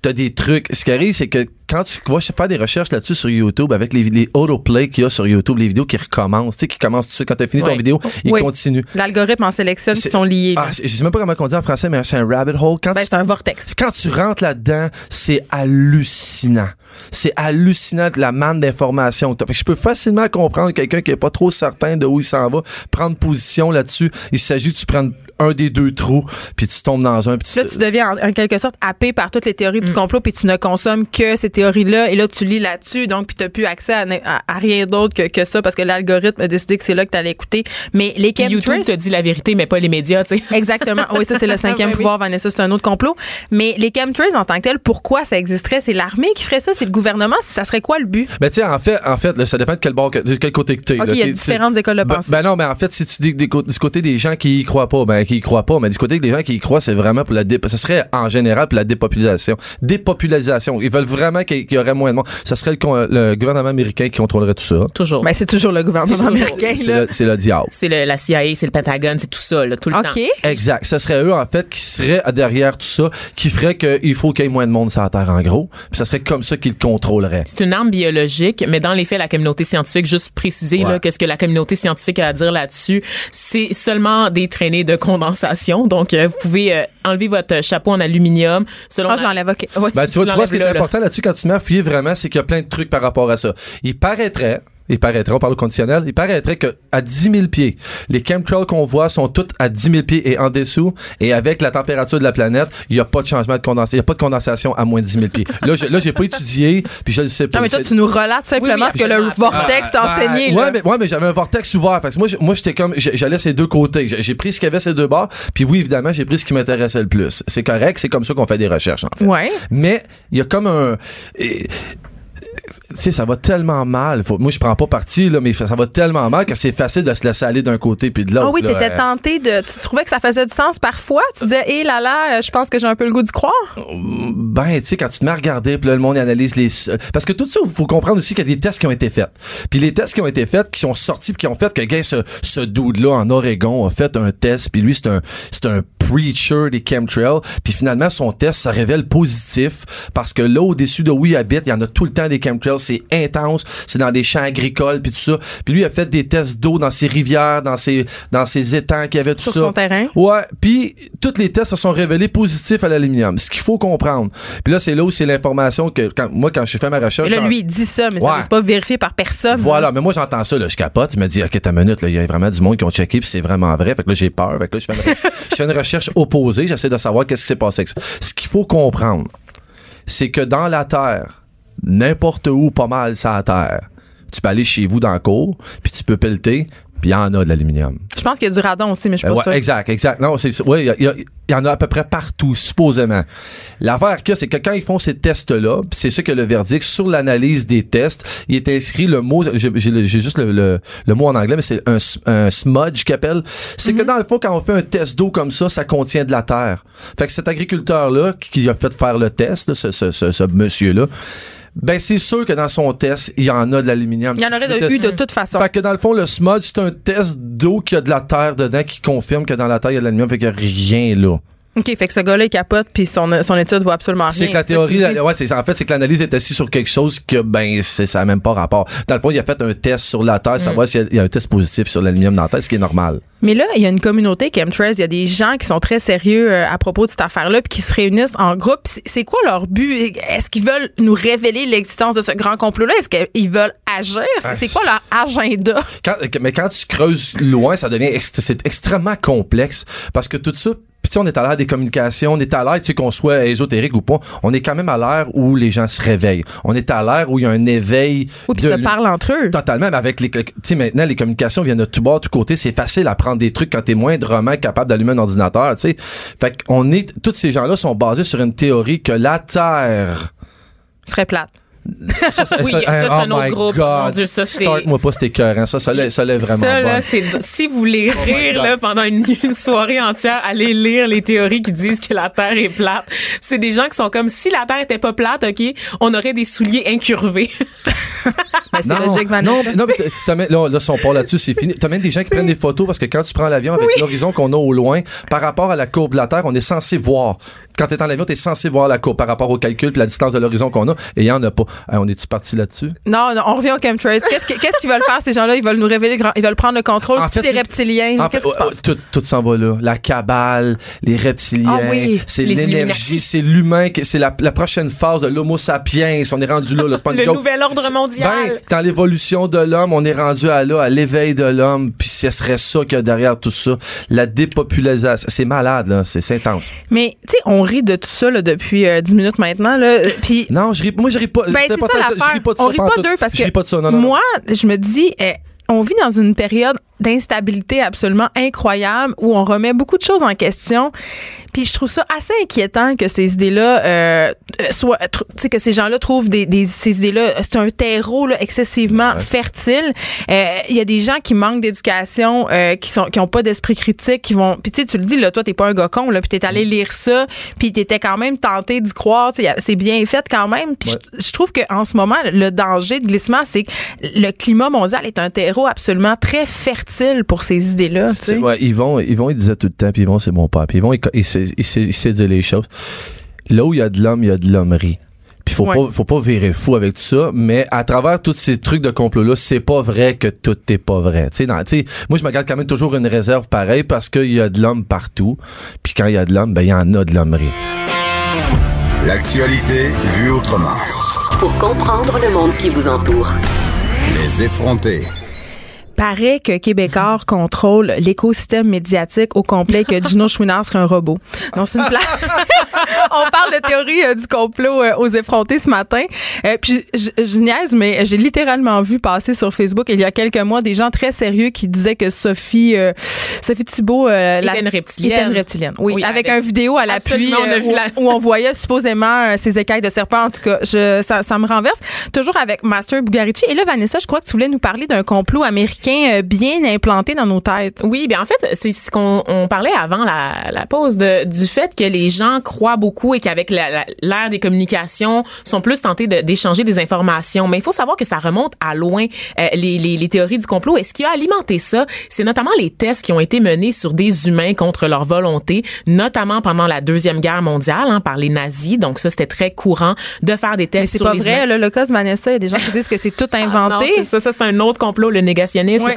S4: t'as des trucs. Ce qui arrive, c'est que quand tu vas faire des recherches là-dessus sur YouTube, avec les, les autoplay qu'il y a sur YouTube, les vidéos qui recommencent, tu sais, qui commencent tout de suite quand t'as fini ton
S2: Ouais.
S4: vidéo, ils
S1: Oui.
S4: continuent.
S1: L'algorithme en sélectionne qui
S4: C'est-
S1: sont liés. là.
S4: Ah, c'est- je sais même pas comment on dit en français, mais c'est un rabbit hole. Quand
S1: Ben,
S4: tu
S1: c'est un vortex.
S4: quand tu rentres là-dedans, c'est hallucinant. C'est hallucinant de la manne d'informations que t'as. Fait que je peux facilement comprendre quelqu'un qui est pas trop certain de où il s'en va, prendre position là-dessus. Il s'agit que tu prennes un des deux trous, puis tu tombes dans un, puis tu-
S1: Là, tu deviens en, en quelque sorte happé par toutes les théories
S2: Mm.
S1: du complot, puis tu ne consommes que ces théories-là, et là, tu lis là-dessus, donc, puis tu n'as plus accès à, à- à rien d'autre que, que ça, parce que l'algorithme a décidé que c'est là que tu allais écouter. Mais les
S2: Puis YouTube
S1: chemtrails,
S2: te dit la vérité, mais pas les médias, tu sais.
S1: Exactement. Oui, ça, c'est le cinquième
S2: Ben oui.
S1: pouvoir, Vanessa, c'est un autre complot. Mais les chemtrails, en tant que tel, pourquoi ça existerait? C'est l'armée qui ferait ça? C'est le gouvernement? Ça serait quoi le but?
S4: Ben, tu sais, en fait, en fait là, ça dépend de quel, bord que- de quel côté que t'es.
S1: OK,
S4: là.
S1: il y a
S4: T'es-
S1: différentes écoles de
S4: Ben,
S1: pensée.
S4: ben non, mais en fait, si tu dis des- des cô- du côté des gens qui y croient pas, ben qui y croient pas. Mais du côté que les gens qui y croient, c'est vraiment pour la dé... ça serait en général pour la dépopulation. Dépopulation. Ils veulent vraiment qu'il qu'il y aurait moins de monde. Ça serait le, con- le gouvernement américain qui contrôlerait tout ça.
S2: Toujours.
S1: Mais c'est toujours le gouvernement
S2: C'est toujours-
S1: américain.
S4: C'est
S1: Là.
S4: le, c'est le diable.
S2: c'est le- la CIA, c'est le Pentagone, c'est tout ça, là, tout le temps.
S1: OK. Ah,
S4: Exact. Ce serait eux, en fait, qui seraient derrière tout ça, qui ferait qu'il faut qu'il y ait moins de monde sur la Terre, en gros. Puis ça serait comme ça qu'ils le contrôleraient.
S2: C'est une arme biologique, mais dans les faits, la communauté scientifique, juste préciser
S4: Ouais.
S2: là, qu'est-ce que la communauté scientifique a à dire là-dessus, c'est seulement des traînées de condensation. Donc, euh, vous pouvez euh, enlever votre chapeau en aluminium. Selon
S1: Ah, je
S2: la-
S1: l'enlève, OK.
S2: Ouais,
S4: Ben, tu vois, tu vois, ce qui est
S2: l'enlèves là, là.
S4: important là-dessus quand tu te mets à fouiller vraiment, c'est qu'il y a plein de trucs par rapport à ça. Il paraîtrait, il paraîtrait, on parle au conditionnel, il paraîtrait que à 10 000 pieds, les chemtrails qu'on voit sont toutes à 10 000 pieds et en dessous, et avec la température de la planète, il n'y a pas de changement de condensation, il n'y a pas de condensation à moins de 10 000 pieds. Là, je, là, j'ai pas étudié, puis je le sais pas. Ah,
S1: Non, mais toi, tu nous relates simplement
S2: Oui, oui,
S1: ce que le
S2: absolument.
S1: vortex t'a enseigné.
S4: Ouais,
S1: là.
S4: mais, ouais, mais j'avais un vortex ouvert. Parce que moi, j'- moi j'étais comme, j'- j'allais ces deux côtés. J'- J'ai pris ce qu'il y avait ces deux bords. Puis oui, évidemment, j'ai pris ce qui m'intéressait le plus. C'est correct. C'est comme ça qu'on fait des recherches, en fait.
S1: Ouais.
S4: Mais il y a comme un. et- Tu sais, ça va tellement mal. Faut- moi, je prends pas parti, là, mais ça, ça va tellement mal que c'est facile de se laisser aller d'un côté puis de l'autre.
S1: Ah oui,
S4: là.
S1: t'étais
S4: Euh,
S1: tenté de. Tu trouvais que ça faisait du sens parfois? Tu disais, hé là là, euh, je pense que j'ai un peu le goût d'y croire.
S4: ben, tu sais, quand tu te mets à regarder, puis là, le monde analyse les... euh, Parce que tout ça, faut comprendre aussi qu'il y a des tests qui ont été faits. Puis les tests qui ont été faits, qui sont sortis, puis qui ont fait que, gars, ce, ce dude-là, en Oregon, a fait un test, puis lui, c'est un, c'est un preacher des chemtrails, puis finalement, son test, ça révèle positif, parce que là, au-dessus de où il habite, il y en a tout le temps des chemtrails, c'est intense, c'est dans des champs agricoles, puis tout ça. Puis lui, il a fait des tests d'eau dans ses rivières, dans ses, dans ses étangs qu'il y avait, tout
S1: Sur
S4: ça.
S1: son terrain.
S4: Ouais, puis tous les tests se sont révélés positifs à l'aluminium, ce qu'il faut comprendre. Puis là, c'est là où c'est l'information que quand, moi, quand je fais ma recherche...
S1: Et là,
S4: j'en-
S1: lui, il dit ça, mais ça
S4: Ouais.
S1: n'est pas vérifié par personne.
S4: voilà, mais moi j'entends ça, là, je capote, je me dis, ok, ta minute, là, il y a vraiment du monde qui ont checké, puis c'est vraiment vrai, fait que là j'ai peur, fait que là je fais une, je fais une recherche opposée, j'essaie de savoir qu'est-ce qui s'est passé avec ça. Ce qu'il faut comprendre, c'est que dans la Terre, n'importe où, pas mal, ça la Terre, tu peux aller chez vous dans le cours, puis tu peux pelleter, puis il y en a de l'aluminium.
S1: Je pense qu'il y a du radon aussi, mais je suis
S4: Ben
S1: pas
S4: ouais,
S1: sûre.
S4: exact, exact. Non, c'est ouais, il y a- il y, a- il y en a à peu près partout, supposément. L'affaire que c'est que quand ils font ces tests-là, pis c'est ça que le verdict sur l'analyse des tests, il est inscrit le mot, j'ai j'ai le- j'ai juste le, le- le mot en anglais, mais c'est un, s- un smudge qu'appelle. C'est
S1: Mm-hmm.
S4: que dans le fond, quand on fait un test d'eau comme ça, ça contient de la terre. Fait que cet agriculteur-là qui qui a fait faire le test, là, ce, ce- ce- ce monsieur-là, ben c'est sûr que dans son test, il y en a de l'aluminium.
S1: Il y en
S4: Si tu
S1: aurait de-
S4: mettais-
S1: eu de toute façon.
S4: fait que dans le fond, le smudge, c'est un test d'eau qui a de la terre dedans qui confirme que dans la terre, il y a de l'aluminium, fait qu'il n'y a rien là.
S1: OK, fait que ce gars-là, il capote, puis son, son étude voit absolument rien.
S4: C'est que la
S1: C'est
S4: théorie,
S1: ça que tu
S4: la-
S1: dis.
S4: ouais, c'est, en fait, c'est que l'analyse est assise sur quelque chose que, ben, c'est, ça n'a même pas rapport. Dans le fond, il a fait un test sur la terre,
S1: Mm.
S4: savoir s'il y a- il y a un test positif sur l'aluminium dans la terre, ce qui est normal.
S1: Mais là, il y a une communauté qui aime il y a des gens qui sont très sérieux euh, à propos de cette affaire-là, puis qui se réunissent en groupe. C'est- C'est quoi leur but? Est-ce qu'ils veulent nous révéler l'existence de ce grand complot-là? Est-ce qu'ils veulent agir?
S4: Ah,
S1: C'est- C'est quoi leur agenda?
S4: Quand- mais quand tu creuses loin, ça devient ext- c'est extrêmement complexe parce que tout ça. pis tu sais, on est à l'ère des communications, on est à l'ère, tu sais, qu'on soit ésotérique ou pas, on est quand même à l'ère où les gens se réveillent. On est à l'ère où il y a un éveil.
S1: Ou puis
S4: de
S1: se
S4: l'hu-
S1: parlent entre eux?
S4: Totalement, mais avec les, tu sais, maintenant, les communications viennent de tout bord, de tout côté. C'est facile à prendre des trucs quand t'es moindrement capable d'allumer un ordinateur, tu sais. Fait qu'on est, tous ces gens-là sont basés sur une théorie que la Terre.
S1: Ce serait plate.
S4: Ça, ça,
S2: Oui, ça, c'est un
S4: oh
S2: autre
S4: my
S2: groupe.
S4: God.
S2: Mon Dieu, ça, c'est-
S4: Start-moi pas, c'était écœurant. Ça, ça l'est ça l'est vraiment
S2: Ça,
S4: bon.
S2: là, c'est, si vous voulez rire
S4: God.
S2: là, pendant une, une soirée entière, allez lire les théories qui disent que la Terre est plate. C'est des gens qui sont comme si la Terre était pas plate, ok, on aurait des souliers incurvés.
S1: Mais c'est logique, Vanessa.
S4: non, non, mais t'as- t'amènes- là, là, si on part là-dessus, c'est fini. T'amènes des gens qui prennent des photos parce que quand tu prends l'avion avec l'horizon qu'on a au loin, par rapport à la courbe de la Terre, on est censé voir. Quand t'es en avion, t'es censé voir la courbe par rapport au calcul puis la distance de l'horizon qu'on a. Et il y en a pas. Hey, on est-tu parti là-dessus?
S1: Non, non, on revient au chemtrails. Qu'est-ce que- qu'est-ce qu'ils veulent faire, ces gens-là? Ils veulent nous révéler, le grand- ils veulent prendre le contrôle.
S4: En
S1: C'est
S4: fait,
S1: des reptiliens.
S4: En fait,
S1: Qu'est-ce qui se
S4: oh, oh,
S1: passe?
S4: tout, tout s'en va là. La cabale, les reptiliens,
S1: Ah oui,
S4: c'est
S2: les
S4: l'énergie,
S2: Illuminati.
S4: c'est l'humain, qui- c'est la, la prochaine phase de l'homo sapiens. On est rendu là, là. C'est pas une
S2: Le
S4: joke.
S2: nouvel ordre mondial.
S4: Ben, dans l'évolution de l'homme, on est rendu à là, à l'éveil de l'homme, puis ce serait ça qu'il y a derrière tout ça. La dépopularisation. C'est malade, là. C'est c'est intense.
S1: Mais, tu sais, on rit de tout ça là, depuis euh, 10 minutes maintenant. Là. Puis,
S4: Non, je ris, moi, je ris pas.
S1: Ben,
S4: C'est
S1: c'est ça
S4: important, je- je
S1: l'affaire.
S4: ris pas de
S1: On
S4: ça.
S1: rit pas
S4: pantoute.
S1: d'eux parce que
S4: Je ris pas de ça, non, non, non.
S1: moi, je me dis, eh, on vit dans une période d'instabilité absolument incroyable où on remet beaucoup de choses en question. Puis je trouve ça assez inquiétant que ces idées-là euh, soient, tr- tu sais, que ces gens-là trouvent des, des- ces idées-là. C'est un terreau là, excessivement fertile. Euh, Il y a des gens qui manquent d'éducation, euh, qui sont, qui ont pas d'esprit critique, qui vont. Puis tu sais, tu le dis là, toi t'es pas un gars con là, puis t'es allé lire ça, puis t'étais quand même tenté d'y croire. tu sais, C'est bien fait quand même. Puis
S4: Ouais.
S1: je, je trouve que en ce moment, le danger de glissement, c'est que le climat mondial est un terreau absolument très fertile pour ces idées-là. tu sais.
S4: C'est- Ouais, Yvon, Yvon, il disait tout le temps, puis Yvon, c'est mon père. Puis Yvon, il, co- il sait, il sait- il sait dire les choses. Là où il y a de l'homme, il y a de l'hommerie. Puis faut
S1: Ouais.
S4: pas faut pas virer fou avec tout ça, mais à travers tous ces trucs de complot là, c'est pas vrai que tout est pas vrai. Tu sais, dans- tu sais, moi je me garde quand même toujours une réserve pareille parce qu'il y a de l'homme partout. Puis quand il y a de l'homme, ben il y en a de l'hommerie.
S6: L'actualité vue autrement.
S5: Pour comprendre le monde qui vous entoure.
S6: Les effronter.
S1: paraît que
S2: Mhm.
S1: Québécois contrôle l'écosystème médiatique au complet que Gino Chouinard serait un robot. Non, c'est une blague. On parle de théorie euh, du complot euh, aux effrontés ce matin. Euh, puis je, je niaise, mais j'ai littéralement vu passer sur Facebook il y a quelques mois des gens très sérieux qui disaient que Sophie euh, Sophie Thibault euh,
S2: Était une reptilienne.
S1: était une reptilienne. Oui,
S2: Oui,
S1: avec,
S2: avec-
S1: un vidéo à l'appui
S2: Absolument, on a
S1: euh,
S2: vu
S1: où,
S2: la-
S1: où on voyait supposément euh, ses écailles de serpent. En tout cas, je, ça, ça me renverse. Toujours avec Master Bugarici. Et là, Vanessa, je crois que tu voulais nous parler d'un complot américain euh, bien implanté dans nos têtes.
S2: Oui, bien en fait, c'est ce qu'on on parlait avant la, la pause de, du fait que les gens croient beaucoup et qu'avec la- la- l'ère des communications, sont plus tentés de- d'échanger des informations. Mais il faut savoir que ça remonte à loin euh, les, les- les théories du complot. Et ce qui a alimenté ça, c'est notamment les tests qui ont été menés sur des humains contre leur volonté, notamment pendant la deuxième guerre mondiale hein, par les nazis. Donc ça, c'était très courant de faire des tests
S1: Mais c'est
S2: sur
S1: pas
S2: les
S1: vrai,
S2: humains.
S1: là, le cas de Vanessa, il y a des gens qui disent que c'est tout
S2: Ah, non,
S1: inventé.
S2: c'est ça, ça c'est un autre complot, le négationnisme.
S1: Ouais.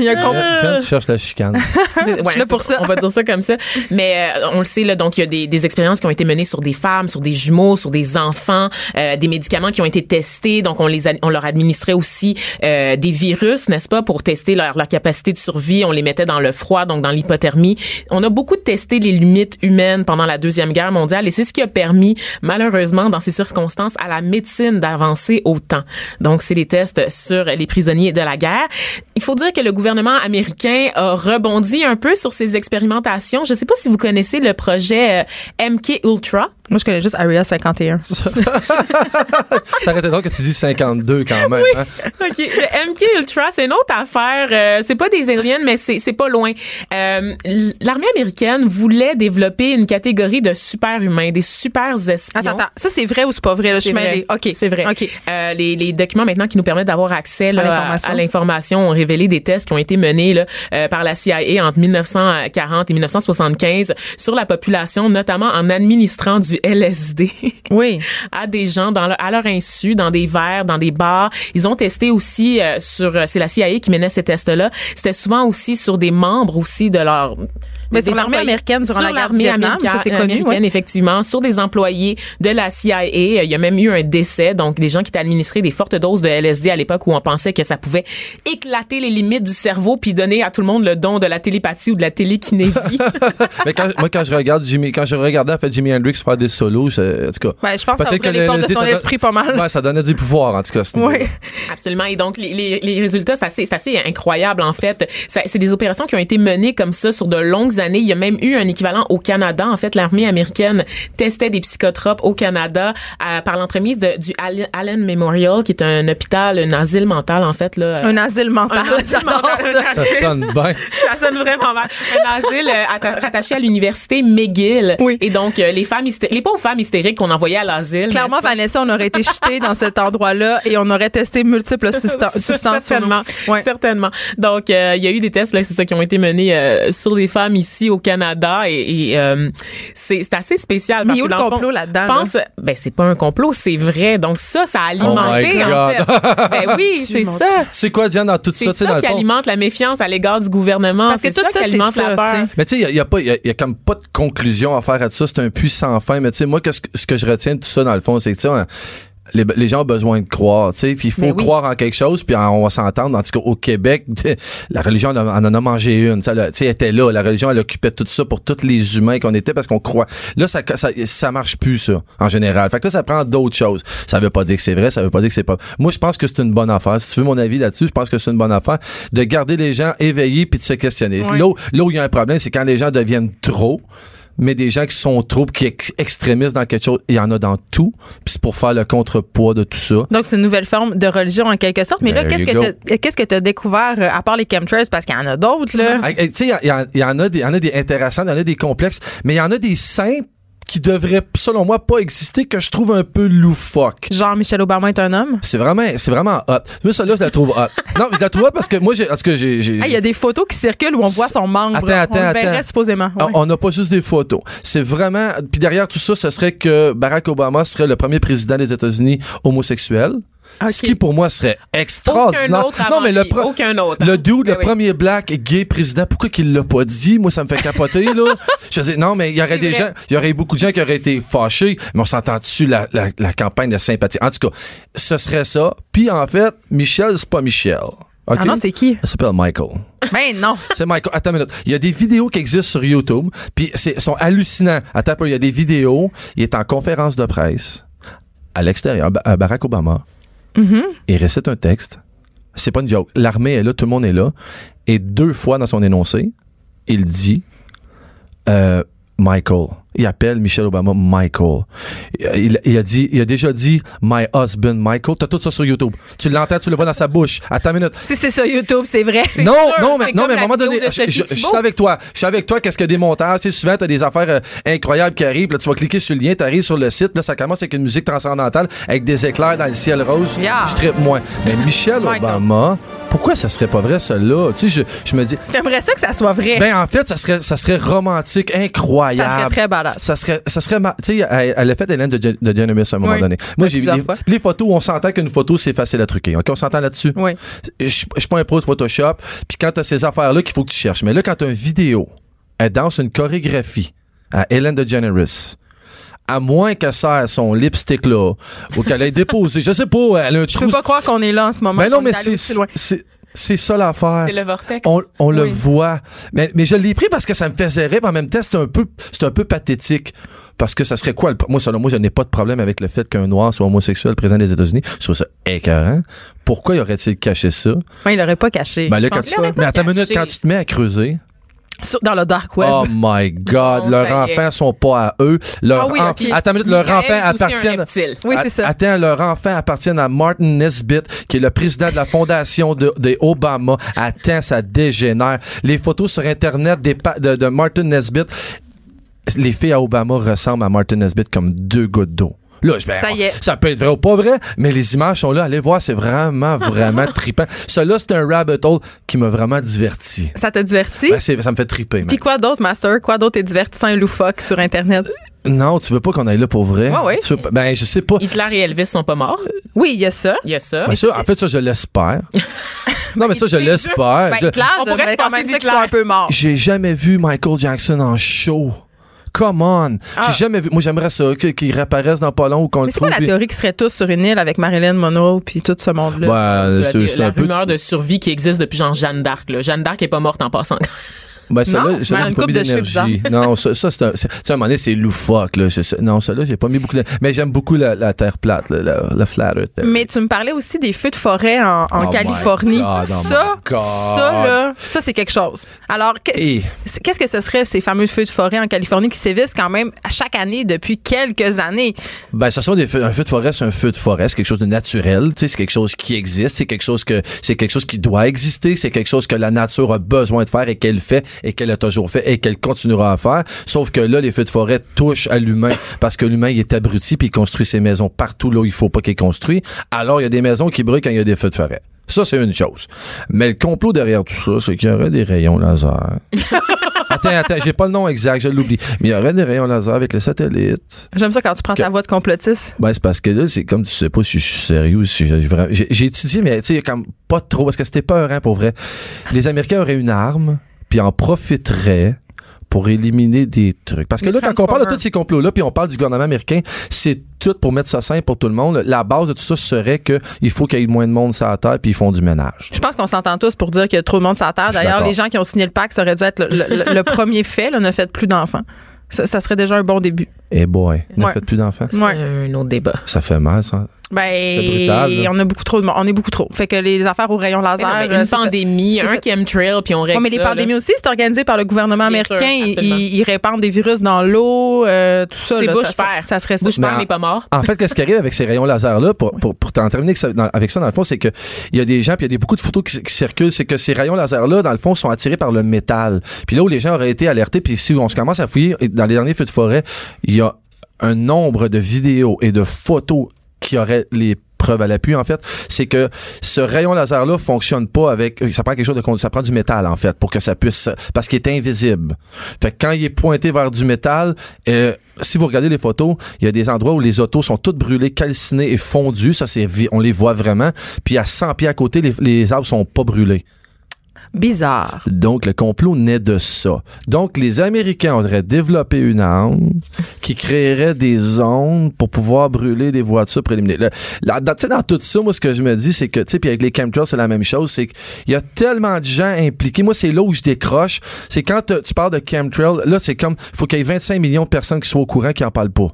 S1: Il y a un complot.
S4: Tiens, tu cherches la chicane.
S2: Ouais,
S1: Je suis là
S2: c'est
S1: pour ça.
S2: On va dire ça comme ça. Mais euh, on le sait, là, donc il y a des, des expériences qui ont été menées sur des femmes, sur des jumeaux, sur des enfants, euh, des médicaments qui ont été testés. Donc on les a- on leur administrait aussi euh, des virus, n'est-ce pas, pour tester leur, leur capacité de survie. On les mettait dans le froid, donc dans l'hypothermie. On a beaucoup testé les limites humaines pendant la Deuxième Guerre mondiale et c'est ce qui a permis, malheureusement, dans ces circonstances, à la médecine d'avancer autant. Donc c'est les tests sur les prisonniers de la guerre. Il faut dire que le gouvernement américain a rebondi un peu sur ces expérimentations. Je ne sais pas si vous connaissez le projet euh, MK Ultra.
S1: Moi, je connais juste Area 51.
S4: Ça arrêtait donc que tu dis 52 quand même. hein.
S2: OK. Le MK Ultra, c'est une autre affaire. Euh, c'est pas des aliens, mais c'est, c'est pas loin. Euh, l- l'armée américaine voulait développer une catégorie de super-humains, des super-espions.
S1: Attends, attends. Ça, c'est vrai ou c'est pas vrai? Là, je suis
S2: C'est vrai.
S1: mêlée. OK.
S2: C'est vrai.
S1: OK.
S2: Euh, les, les documents maintenant qui nous permettent d'avoir accès là,
S1: À
S2: à
S1: l'information.
S2: à l'information ont révélé des tests qui ont été menés là, euh, par la CIA entre 1940 et 1975 sur la population, notamment en administrant du LSD
S1: Oui.
S2: à des gens dans leur- à leur insu, dans des verres, dans des bars. Ils ont testé aussi euh, sur, euh, c'est la CIA qui menait ces tests-là. C'était souvent aussi sur des membres aussi de leur.
S1: Mais
S2: des
S1: sur l'armée
S2: employés-
S1: américaine durant
S2: sur
S1: la guerre du
S2: l'armée
S1: Vietnam,
S2: américaine-
S1: ça, c'est connu,
S2: américaine,
S1: ouais.
S2: effectivement, sur des employés de la CIA. Euh, Il y a même eu un décès, donc des gens qui t'administraient des fortes doses de LSD à l'époque où on pensait que ça pouvait éclater les limites du cerveau puis donner à tout le monde le don de la télépathie ou de la télékinésie.
S4: Mais quand, moi, quand je regarde Jimmy, quand je regardais en fait Jimmy Hendrix faire des solos, je- en tout cas.
S1: Ben, je pense que ça
S4: peut-être
S1: ouvrait les
S4: le
S1: portes de
S4: LSD,
S1: son
S4: ça donne-
S1: esprit pas mal.
S4: Ouais, ça donnait du pouvoir, en tout cas. à ce niveau-là.
S1: Oui.
S2: Absolument. Et donc, les, les, les résultats, c'est assez, c'est assez incroyable, en fait. Ça- C'est des opérations qui ont été menées comme ça sur de longues années. Il y a même eu un équivalent au Canada. En fait, l'armée américaine testait des psychotropes au Canada euh, par l'entremise de- du Allen Allen Memorial, qui est un hôpital, un asile mental, en fait. Là,
S1: Un asile mental.
S2: Un asile
S1: J'adore
S2: mental.
S1: ça.
S4: Ça sonne bien.
S2: ça sonne vraiment mal. Un asile euh, atta- rattaché à l'université McGill.
S1: Oui.
S2: Et donc, euh, les femmes, hysté- les pauvres femmes hystériques qu'on envoyait à l'asile.
S1: Clairement, Vanessa, on aurait été jeté dans cet endroit-là et on aurait testé multiples sustan-
S2: Ça,
S1: substances. sur nous.
S2: Certainement.
S1: Ouais.
S2: Certainement. Donc, euh, il y a eu des tests, là, c'est ça, qui ont été menés euh, sur des femmes ici au Canada et, et, euh, c'est c'est assez spécial.
S1: Mais
S2: parce
S1: où
S2: que
S1: le
S2: dans fond,
S1: complot là-dedans,
S2: Pense, ben, c'est pas un complot, c'est vrai. Donc, ça, ça a alimenté,
S4: Oh my
S2: en
S4: God.
S2: fait. ben oui,
S1: Dieu,
S2: c'est
S1: mon
S2: ça.
S4: C'est quoi, Diane, dans tout ça,
S2: C'est
S4: tu sais,
S2: ça,
S4: dans le
S2: qui
S4: fond?
S2: alimente la méfiance à l'égard du gouvernement.
S1: Parce que
S2: C'est
S1: tout
S2: ça,
S1: ça, c'est
S2: qui alimente
S1: ça,
S2: la peur.
S1: tu sais.
S4: Mais tu sais, il y a, il y a pas, il y a- il y a comme pas de conclusion à faire à ça. C'est un puits sans fin. Mais tu sais, moi, que ce, que- ce que je retiens de tout ça, dans le fond, c'est que tu sais, on- les, les gens ont besoin de croire, tu sais, puis il faut
S2: Mais oui.
S4: croire en quelque chose, puis on va s'entendre. En tout cas, au Québec, la religion en a, en en a mangé une, ça, là, tu sais, elle était là, la religion elle occupait tout ça pour tous les humains qu'on était parce qu'on croit. Là, ça, ça, ça marche plus ça, en général. Fait que là, ça prend d'autres choses. Ça veut pas dire que c'est vrai, ça veut pas dire que c'est pas. Moi, je pense que c'est une bonne affaire. Si tu veux mon avis là-dessus, je pense que c'est une bonne affaire de garder les gens éveillés puis de se questionner. Là où- là où il y a un problème, c'est quand les gens deviennent trop. mais des gens qui sont trop, qui ex- extrémistes dans quelque chose, il y en a dans tout. Puis c'est pour faire le contrepoids de tout ça.
S1: Donc, c'est une nouvelle forme de religion en quelque sorte. Mais là,
S4: There
S1: qu'est-ce
S4: you go.
S1: que t'as- qu'est-ce que tu as découvert, euh, à part les chemtrails, parce qu'il y en a d'autres, là?
S4: Hey, hey, Tu sais, il y a- il y, a- il y en a des, il y en a des intéressants, il y en a des complexes, mais il y en a des simples qui devraient, selon moi, pas exister, que je trouve un peu loufoque.
S1: Genre, Michel Obama est un homme?
S4: C'est vraiment, c'est vraiment hot. Moi, celle-là, je la trouve hot. non, je la trouve hot parce que moi, j'ai, parce que j'ai, j'ai-
S1: Ah, il y a des photos qui circulent où on voit son membre.
S4: Attends, attends,
S1: on le verrait
S4: attends.
S1: supposément. ouais.
S4: Ah, On n'a pas juste des photos. C'est vraiment. Puis derrière tout ça, ce serait que Barack Obama serait le premier président des États-Unis homosexuel.
S1: Ok.
S4: Ce qui pour moi serait extraordinaire.
S2: Aucun autre avant
S4: non mais le
S2: lui. Aucun autre.
S4: le dude,
S2: Ben
S4: le
S2: oui.
S4: premier black gay président, pourquoi qu'il l'a pas dit Moi ça me fait capoter là. Je dis non mais il y aurait
S1: C'est
S4: des
S1: vrai.
S4: gens, il y aurait beaucoup de gens qui auraient été fâchés, mais on s'entend dessus la, la, la campagne de sympathie. En tout cas, ce serait ça. Puis en fait, Michel c'est pas Michel. OK?
S1: Ah non, c'est qui?
S4: Elle s'appelle Michael.
S1: Ben non.
S4: C'est Michael. Attends une minute. Il y a des vidéos qui existent sur YouTube, puis c'est sont hallucinants. Attends, un peu, il y a des vidéos. Il est en conférence de presse à l'extérieur, Ba- à Barack Obama. Il récite un texte. C'est pas une joke. L'armée est là, tout le monde est là. Et deux fois dans son énoncé, il dit euh, Michael. Il appelle Michel Obama Michael. Il, il a dit, il a déjà dit My husband Michael. T'as tout ça sur YouTube. Tu l'entends, tu le vois dans sa bouche. Attends une minute.
S1: Si c'est sur YouTube, c'est vrai. C'est
S4: Non,
S1: sûr,
S4: non, mais,
S2: c'est
S4: non,
S2: comme
S4: mais à
S2: la
S4: un moment
S2: vidéo
S4: donné,
S2: de
S4: je,
S2: Sophie
S4: je- je suis
S2: Thibault.
S4: avec toi. Je suis avec toi. Qu'est-ce que des montages? Tu sais, souvent, t'as des affaires euh, incroyables qui arrivent. Là, tu vas cliquer sur le lien, t'arrives sur le site. Là, ça commence avec une musique transcendantale, avec des éclairs dans le ciel rose.
S1: Yeah.
S4: Je trippe moins. Mais Michel
S1: Michael.
S4: Obama, pourquoi ça serait pas vrai, celle-là? Tu sais, je, je me dis,
S2: Oh.
S1: J'aimerais ça que ça soit vrai.
S4: ben, en fait, ça serait, ça serait romantique, incroyable.
S1: Ça serait très badass.
S4: Ça serait, ça serait, mar- tu sais, elle, elle a fait Hélène de, Gen- de Genevieve à un moment
S1: Oui.
S4: donné. Moi,
S1: Ouais,
S4: j'ai vu
S1: plusieurs
S4: les,
S1: fois.
S4: les photos, on s'entend qu'une photo, c'est facile à truquer. OK, on s'entend là-dessus.
S1: Oui.
S4: Je je suis pas un pro de Photoshop. Puis quand t'as ces affaires-là qu'il faut que tu cherches. Mais là, quand t'as une vidéo, elle danse une chorégraphie à Hélène DeGeneres. À moins qu'elle serre son lipstick-là, ou qu'elle ait déposé, je sais pas, elle a un
S1: Je
S4: trou.
S1: peux pas croire qu'on est là en ce moment.
S4: Ben non,
S1: qu'on
S4: mais
S1: est allé
S4: c'est,
S1: aussi loin.
S4: c'est, c'est ça l'affaire.
S2: C'est le vortex.
S4: On, on le
S2: Oui.
S4: voit. Mais, mais je l'ai pris parce que ça me faisait rire. mais En même temps, c'est un peu, c'est un peu pathétique. Parce que ça serait quoi? le pro- moi, selon moi, je n'ai pas de problème avec le fait qu'un noir soit homosexuel président des États-Unis. Je trouve ça écœurant. Pourquoi y aurait-il caché ça?
S1: Ouais, il l'aurait pas caché.
S4: Ben là,
S1: Je
S4: quand
S1: pense
S4: tu,
S1: qu'il l'aurait
S4: mais
S1: pas
S4: attends une minute,
S2: caché.
S4: quand tu te mets à creuser,
S1: sur- dans le dark web.
S4: oh my god,
S2: Non,
S4: leurs
S2: ça y est.
S4: enfants sont pas à eux. Leur
S1: Ah oui,
S4: en-
S1: ok.
S4: Attends une minute, leurs
S2: Michael
S4: enfants
S2: est aussi un
S4: appartiennent.
S2: reptile.
S1: Oui,
S4: A-
S1: c'est ça.
S4: Attends, leurs enfants appartiennent à Martin Nesbitt, qui est le président de la fondation de, des Obama. Attends, ça dégénère. Les photos sur Internet des pa- de, de Martin Nesbitt, les filles à Obama ressemblent à Martin Nesbitt comme deux gouttes d'eau. Là, je vais-
S1: Ça y est.
S4: ça peut être vrai ou pas vrai, mais les images sont là. Allez voir, c'est vraiment, vraiment trippant. Cela, c'est un rabbit hole qui m'a vraiment diverti.
S1: Ça te divertit?
S4: Ben, c'est- ça me fait triper.
S1: Puis quoi d'autre, Master? Quoi d'autre est divertissant et loufoque sur Internet?
S4: man. Non, tu veux pas qu'on aille là pour vrai?
S1: Ouais, ouais.
S4: Tu veux pas- ben, je sais pas.
S2: Hitler et Elvis sont pas morts.
S1: Oui, il y a ça.
S2: Il y a ça.
S4: Ben, ça, en fait, ça, je l'espère. non, mais ça, je l'espère.
S1: Ben,
S4: Je-
S1: clair,
S2: on
S1: je
S2: pourrait
S1: mais
S2: se
S1: quand
S2: passer
S1: même dire qu'ils
S2: d'Hitler.
S1: sont un peu morts.
S4: J'ai jamais vu Michael Jackson en show. Come on. J'ai jamais vu. Moi, j'aimerais ça, que- qu'il réapparaisse dans pas long ou qu'on
S1: Ah.
S4: le
S1: Mais c'est quoi
S4: trouve.
S1: la
S4: puis-
S1: théorie qu'ils seraient tous sur une île avec Marilyn Monroe puis tout ce monde-là?
S4: Ben,
S2: la,
S4: c'est c'est
S2: la
S4: un peu.
S2: rumeur de survie qui existe depuis genre Jeanne d'Arc. là. Jeanne d'Arc est pas morte en passant.
S4: Ben, ça,
S1: Non,
S4: là, ça,
S1: mais
S4: là, j'ai
S1: une
S4: pas
S1: coupe
S4: mis
S1: de hein. cheveux
S4: d'énergie. Non, ça, ça c'est un, c'est- tu sais, à un moment donné, c'est loufoque, là. C'est ça. Non, ça, là, j'ai pas mis beaucoup de, mais j'aime beaucoup la, la terre plate, là, la, la flat earth.
S1: Mais tu me parlais aussi des feux de forêt en, en
S4: Oh my
S1: Californie.
S4: God, oh my
S1: ça,
S4: God.
S1: ça, là, ça, c'est quelque chose. Alors, que-
S4: Et-
S1: c'est- qu'est-ce que ce serait ces fameux feux de forêt en Californie qui sévissent quand même à chaque année depuis quelques années?
S4: Ben, ce sont des feux, un feu de forêt, c'est un feu de forêt, c'est quelque chose de naturel, tu sais, c'est quelque chose qui existe, c'est quelque chose que, c'est quelque chose qui doit exister, c'est quelque chose que la nature a besoin de faire et qu'elle fait et qu'elle a toujours fait et qu'elle continuera à faire. Sauf que là, les feux de forêt touchent à l'humain parce que l'humain, il est abruti puis il construit ses maisons partout là où il faut pas qu'il construise. Alors, il y a des maisons qui brûlent quand il y a des feux de forêt. Ça, c'est une chose. Mais le complot derrière tout ça, c'est qu'il y aurait des rayons laser. attends, attends, j'ai pas le nom exact, je l'oublie. Mais il y aurait des rayons laser avec les satellites.
S1: J'aime ça quand tu prends ta voix de complotiste.
S4: Ben, c'est parce que là, c'est comme tu sais pas si je suis sérieux ou si je- je vra- j'ai j'ai étudié, mais tu sais, comme pas trop, parce que c'était peur, hein, pour vrai. Les Américains auraient une arme, puis en profiteraient pour éliminer des trucs. Parce que
S1: Les
S4: là, quand on parle de
S1: Transformers.
S4: tous ces complots-là, puis on parle du gouvernement américain, c'est tout pour mettre ça simple pour tout le monde. La base de tout ça serait que il faut qu'il y ait moins de monde sur la Terre, puis ils font du ménage.
S1: Je pense qu'on s'entend tous pour dire qu'il y a trop de monde sur la Terre.
S4: Je suis
S1: D'ailleurs,
S4: d'accord.
S1: les gens qui ont signé le pacte, ça aurait dû être le, le- le- le premier fait, là, ne faites plus d'enfants. Ça, ça serait déjà un bon début.
S4: Eh boy, ne
S1: Ouais.
S4: faites plus d'enfants.
S1: Ouais.
S2: Un autre débat.
S4: Ça fait mal, ça. C'était brutal,
S1: Ben,
S4: là.
S1: on a beaucoup trop de monde. On est beaucoup trop. Fait que les affaires au rayon laser.
S2: Mais non, mais
S1: euh,
S2: une
S1: c'est-
S2: pandémie,
S1: c'est
S2: un
S1: ça.
S2: chemtrail, puis on règle
S1: Ouais, mais les
S2: ça, là.
S1: pandémies aussi, c'est organisé par le gouvernement
S2: Bien sûr,
S1: américain. Ils-
S2: absolument.
S1: ils, ils répandent des virus dans l'eau, euh, tout ça.
S2: C'est
S1: là,
S2: Bush
S1: ça, ça-
S2: père.
S1: ça serait ça.
S2: Bush
S4: Mais
S2: père
S4: en-
S2: n'est pas mort.
S4: En fait, qu'est-ce qui arrive avec ces rayons laser-là, pour, pour, pour t'en terminer avec ça, dans, avec ça, dans le fond, c'est que il y a des gens, puis il y a des, beaucoup de photos qui, qui circulent, c'est que ces rayons laser-là, dans le fond, sont attirés par le métal. Puis là où les gens auraient été alertés, puis si on se commence à fouiller, et dans les derniers feux de forêt, il y a un nombre de vidéos et de photos qui auraient les preuves à l'appui en fait, c'est que ce rayon laser là fonctionne pas avec ça prend quelque chose de con- ça prend du métal en fait pour que ça puisse parce qu'il est invisible. Fait que quand il est pointé vers du métal, euh, si vous regardez les photos, il y a des endroits où les autos sont toutes brûlées, calcinées et fondues, ça c'est vi- on les voit vraiment, puis à 100 pieds à côté les, les arbres sont pas brûlés.
S1: Bizarre.
S4: Donc, le complot naît de ça. Donc, les Américains auraient développé une arme qui créerait des zones pour pouvoir brûler des voitures préliminaires. Le- la- dans, tu sais, dans tout ça, moi, ce que je me dis, c'est que, tu sais, puis avec les chemtrails, c'est la même chose, c'est qu'il y a tellement de gens impliqués. Moi, c'est là où je décroche. C'est quand te- tu parles de chemtrails, là, c'est comme, faut qu'il y ait 25 millions de personnes qui soient au courant qui en parlent pas.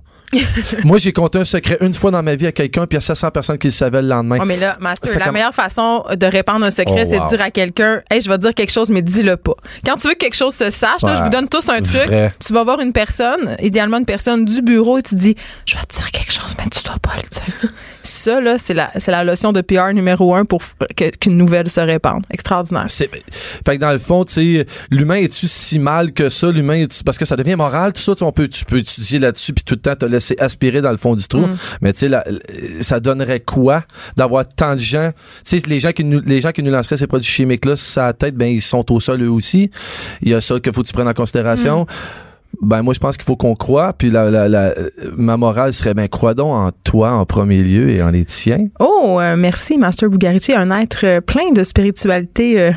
S4: moi, j'ai conté un secret une fois dans ma vie à quelqu'un, puis il y a 700 personnes qui le savaient le lendemain.
S1: Ouais, mais là, Master,
S4: Ça
S1: la
S4: comm-
S1: meilleure façon de répandre un secret,
S4: Oh,
S1: c'est
S4: wow.
S1: de dire à quelqu'un Hey, je vais dire quelque chose, mais dis-le pas. Quand tu veux que quelque chose se sache, là,
S4: Ouais.
S1: je vous donne tous un truc.
S4: Vrai.
S1: Tu vas voir une personne, idéalement une personne du bureau, et tu dis Je vais te dire quelque chose, mais tu dois pas le dire. ça, là, c'est la, c'est la leçon de PR numéro un pour f- que- qu'une nouvelle se répande. Extraordinaire.
S4: C'est- fait que dans le fond, tu sais, l'humain est-tu si mal que ça? L'humain est-tu, parce que ça devient moral, tout ça, tu sais, on peut, tu peux étudier là-dessus puis tout le temps te laisser aspirer dans le fond du trou. Mais tu sais, la- ça donnerait quoi d'avoir tant de gens? Tu sais, les gens qui nous, les gens qui nous lanceraient ces produits chimiques-là, ça tête, ben, ils sont au sol eux aussi. Il y a ça que faut que tu prennes en considération. Ben moi je pense qu'il faut qu'on croit puis la, la- la- ma morale serait ben crois donc en toi en premier lieu et en les tiens.
S1: Oh, euh, merci, Master Bugarici, un être euh, plein de spiritualité. euh.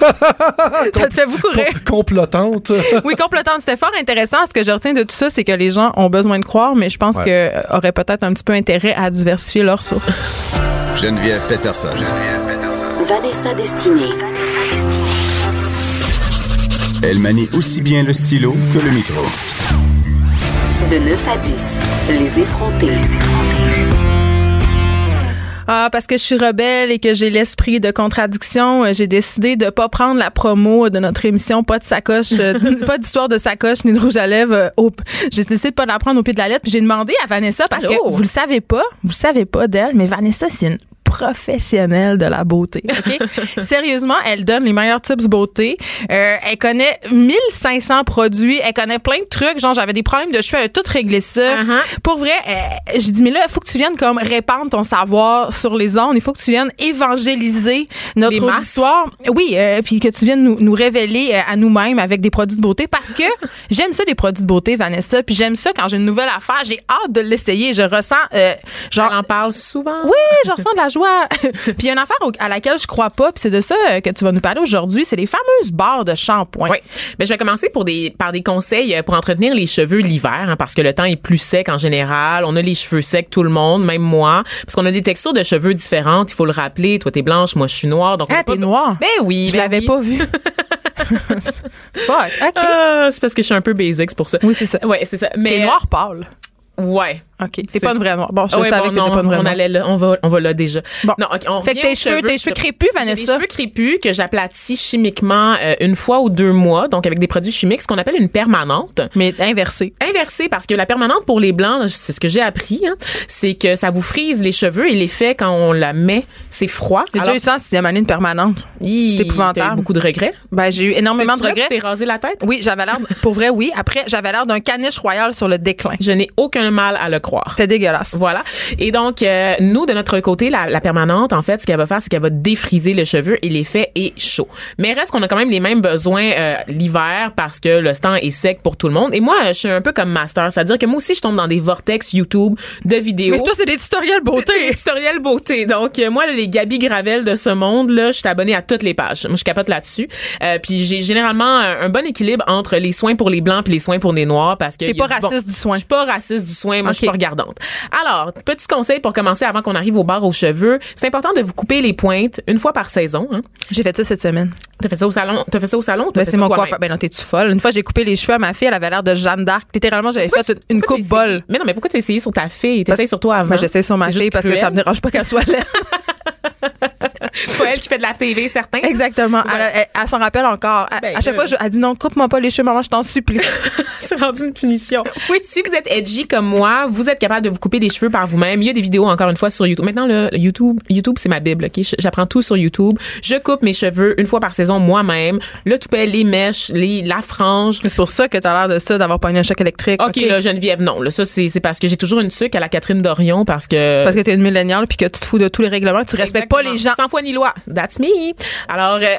S1: ça te fait beaucoup rire.
S4: Com- Complotante.
S1: Oui, complètement. C'était fort intéressant. Ce que je retiens de tout ça, c'est que les gens ont besoin de croire, mais je pense
S4: Ouais.
S1: que euh, auraient peut-être un petit peu intérêt à diversifier leurs sources.
S6: Geneviève Peterson. Geneviève Peterson.
S5: Vanessa Destinée.
S6: Elle manie aussi bien le stylo que le micro.
S5: De 9 à 10. Les effrontés.
S1: Ah, parce que je suis rebelle et que j'ai l'esprit de contradiction, euh, j'ai décidé de pas prendre la promo de notre émission Pas de sacoche, euh, pas d'histoire de sacoche ni de rouge à lèvres. euh, au- J'ai décidé de pas la prendre au pied de la lettre. puis J'ai demandé à Vanessa parce
S2: Allô?
S1: que vous le savez pas, vous le savez pas d'elle, mais Vanessa, c'est une professionnelle de la beauté. ok? Sérieusement, elle donne les meilleurs tips beauté. Euh, elle connaît 1500 produits. Elle connaît plein de trucs. Genre, j'avais des problèmes de cheveux. Elle a tout réglé ça.
S2: Uh-huh.
S1: Pour vrai, euh, j'ai dit, mais là, il faut que tu viennes comme répandre ton savoir sur les ondes. Il faut que tu viennes évangéliser notre
S2: Les masses.
S1: auditoire. Oui, euh, puis que tu viennes nous, nous révéler euh, à nous-mêmes avec des produits de beauté parce que j'aime ça, les produits de beauté, Vanessa. Puis j'aime ça quand j'ai une nouvelle affaire. J'ai hâte de l'essayer. Je ressens, euh, genre,
S2: On en parle souvent.
S1: oui, je ressens de la joie. puis il y a une affaire au- à laquelle je crois pas, puis c'est de ça euh, que tu vas nous parler aujourd'hui, c'est les fameuses barres de shampoing.
S2: Oui. Mais Ben, je vais commencer pour des, par des conseils euh, pour entretenir les cheveux l'hiver, hein, parce que le temps est plus sec en général. On a les cheveux secs, tout le monde, même moi, parce qu'on a des textures de cheveux différentes. Il faut le rappeler. Toi, t'es blanche, moi, je suis noire. Donc, on
S1: Ah,
S2: a pas
S1: t'es
S2: de-
S1: noire?
S2: Ben oui.
S1: Je
S2: ben
S1: l'avais
S2: oui.
S1: pas vu. Fuck, OK.
S2: Ah, c'est parce que je suis un peu basic, c'est pour ça.
S1: Oui, c'est ça.
S2: Ouais, c'est ça. Mais
S1: T'es noire pâle.
S2: Ouais.
S1: OK. T'es
S2: C'est-
S1: pas une vraie noire. Bon, je
S2: Ah ouais,
S1: savais
S2: bon,
S1: que t'étais
S2: non,
S1: pas une vraie
S2: on
S1: noire.
S2: allait là, on va, on va là déjà.
S1: Bon.
S2: Non, ok, on
S1: Fait que
S2: revient
S1: tes
S2: aux
S1: cheveux- tes cheveux crépus,
S2: J'ai
S1: Vanessa.
S2: des cheveux crépus que j'aplatis chimiquement euh, une fois ou deux mois, donc avec des produits chimiques, ce qu'on appelle une permanente.
S1: Mais inversé.
S2: Inversé, parce que la permanente pour les blancs, c'est ce que j'ai appris, hein, c'est que ça vous frise les cheveux et l'effet quand on la met, c'est froid.
S1: J'ai déjà eu ça en sixième année de permanente.
S2: c'est
S1: épouvantable.
S2: beaucoup de regrets.
S1: Ben, j'ai eu énormément de
S2: C'est-tu vrai que
S1: regrets.
S2: Tu t'es rasé la tête?
S1: Oui, j'avais l'air, pour vrai, oui. Après, j'avais l'air d'un caniche royal sur le déclin.
S2: Je n'ai aucun mal à le croire.
S1: C'était dégueulasse.
S2: Voilà. Et donc, euh, nous, de notre côté, la, la permanente, en fait, ce qu'elle va faire, c'est qu'elle va défriser le cheveu et l'effet est chaud. Mais reste qu'on a quand même les mêmes besoins euh, l'hiver parce que le temps est sec pour tout le monde. Et moi, je suis un peu comme master, c'est-à-dire que moi aussi, je tombe dans des vortex YouTube de vidéos.
S1: Mais toi, c'est des tutoriels
S2: C'est
S1: beauté.
S2: Tutoriel beauté. Donc, euh, moi, là, les Gabi Gravel de ce monde, là, je suis abonnée à toutes les pages. Moi, je capote là-dessus. Euh, puis, j'ai généralement un, un bon équilibre entre les soins pour les blancs puis les soins pour les noirs parce que.
S1: T'es
S2: il y a
S1: pas
S2: du bon-
S1: raciste du soin.
S2: Je suis pas raciste du soin. Moi, je suis
S1: Ok.
S2: pas regardante. Alors, petit conseil pour commencer avant qu'on arrive au bar aux cheveux. C'est important de vous couper les pointes une fois par saison. Hein.
S1: J'ai fait ça cette semaine.
S2: T'as fait ça au salon? T'as fait ça au salon? ou t'as
S1: Ben,
S2: fait
S1: c'est
S2: ça
S1: mon
S2: toi-même?
S1: coiffeur. Ben non, t'es-tu folle? Une fois, j'ai coupé les cheveux à ma fille, elle avait l'air de Jeanne d'Arc. Littéralement, j'avais fait Ben, une
S2: Pourquoi
S1: coupe
S2: t'as essayé?
S1: bol.
S2: Mais non, mais pourquoi t'as essayé sur ta fille? T'essayes sur toi avant.
S1: Moi, j'essaie sur ma
S2: C'est juste
S1: fille parce que
S2: cruel.
S1: ça me dérange pas qu'elle soit là.
S2: C'est pas elle qui fait de la TV, certain.
S1: Exactement. Elle, elle- elle s'en rappelle encore. Elle-
S2: Ben,
S1: à chaque
S2: là.
S1: fois, je- elle dit non, coupe-moi pas les cheveux, maman, je t'en supplie.
S2: C'est rendu une punition. Oui. Si vous êtes edgy comme moi, vous êtes capable de vous couper les cheveux par vous-même. Il y a des vidéos encore une fois sur YouTube. Maintenant, le YouTube, YouTube, c'est ma bible. Ok, j'apprends tout sur YouTube. Je coupe mes cheveux une fois par saison moi-même. Le toupet, les mèches, les la frange.
S1: c'est pour ça que t'as l'air de ça, d'avoir pogné un choc électrique.
S2: OK, là, Geneviève, non. Là, ça, c'est c'est parce que j'ai toujours une sucre à la Catherine Dorion parce que...
S1: Parce que t'es une milléniale puis que tu te fous de tous les règlements, que tu respectes pas les gens.
S2: Sans foi ni loi. That's me. Alors, euh,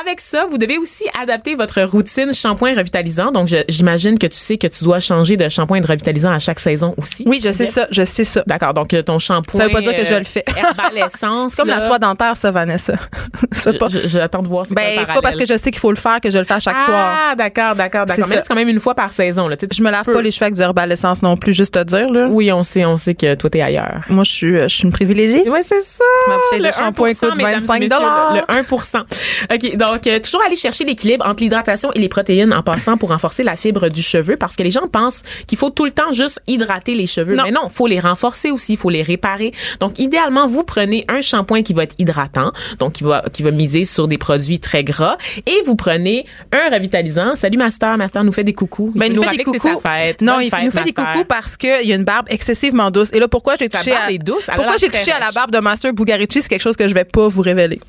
S2: avec ça, vous devez aussi adapter votre routine shampoing revitalisant. Donc, je- j'imagine que tu sais que tu dois changer de shampoing et de revitalisant à chaque saison aussi.
S1: Oui, je sais ça, je sais ça.
S2: D'accord. Donc, euh, ton shampoing.
S1: Ça veut pas dire que
S2: euh,
S1: je le fais.
S2: Herbal essence.
S1: C'est comme la
S2: là.
S1: soie dentaire, ça, Vanessa. c'est pas.
S2: Je- je- J'attends de voir.
S1: Ben, c'est pas parce que je sais qu'il faut le faire que je le fais à chaque
S2: ah,
S1: soir.
S2: d'accord, d'accord,
S1: C'est
S2: d'accord. Mais
S1: ça.
S2: là, c'est quand même une fois par saison. Là. Tu sais,
S1: Je me lave pas les cheveux avec du herbal essence non plus, juste te dire, là.
S2: Oui, on sait, on sait que toi, t'es ailleurs.
S1: Moi, je suis, euh, je suis une privilégiée.
S2: Oui, c'est ça.
S1: Ma bouteille de
S2: Le
S1: shampoing
S2: 1%,
S1: coûte
S2: mesdames et
S1: 25
S2: messieurs, Le, le 1 OK, donc euh, toujours aller chercher l'équilibre entre l'hydratation et les protéines en passant pour renforcer la fibre du cheveu parce que les gens pensent qu'il faut tout le temps juste hydrater les cheveux.
S1: Non.
S2: Mais non, faut les renforcer aussi, faut les réparer. Donc idéalement, vous prenez un shampoing qui va être hydratant, donc qui va qui va miser sur des produits très gras et vous prenez un revitalisant. Salut master, master nous fait des coucous.
S1: Ben, il nous fait des
S2: rappelle que c'est
S1: coucous.
S2: sa fête.
S1: Non,
S2: Bonne
S1: il
S2: fête,
S1: nous fait des
S2: Master.
S1: coucous parce qu'il y a une barbe excessivement douce. Et là, pourquoi j'ai
S2: Ta
S1: touché
S2: barbe
S1: à...
S2: est douce, elle a
S1: pourquoi
S2: l'air
S1: j'ai
S2: très
S1: touché à la
S2: riche.
S1: barbe de Master Bugarici, c'est quelque chose que je vais pas vous révéler.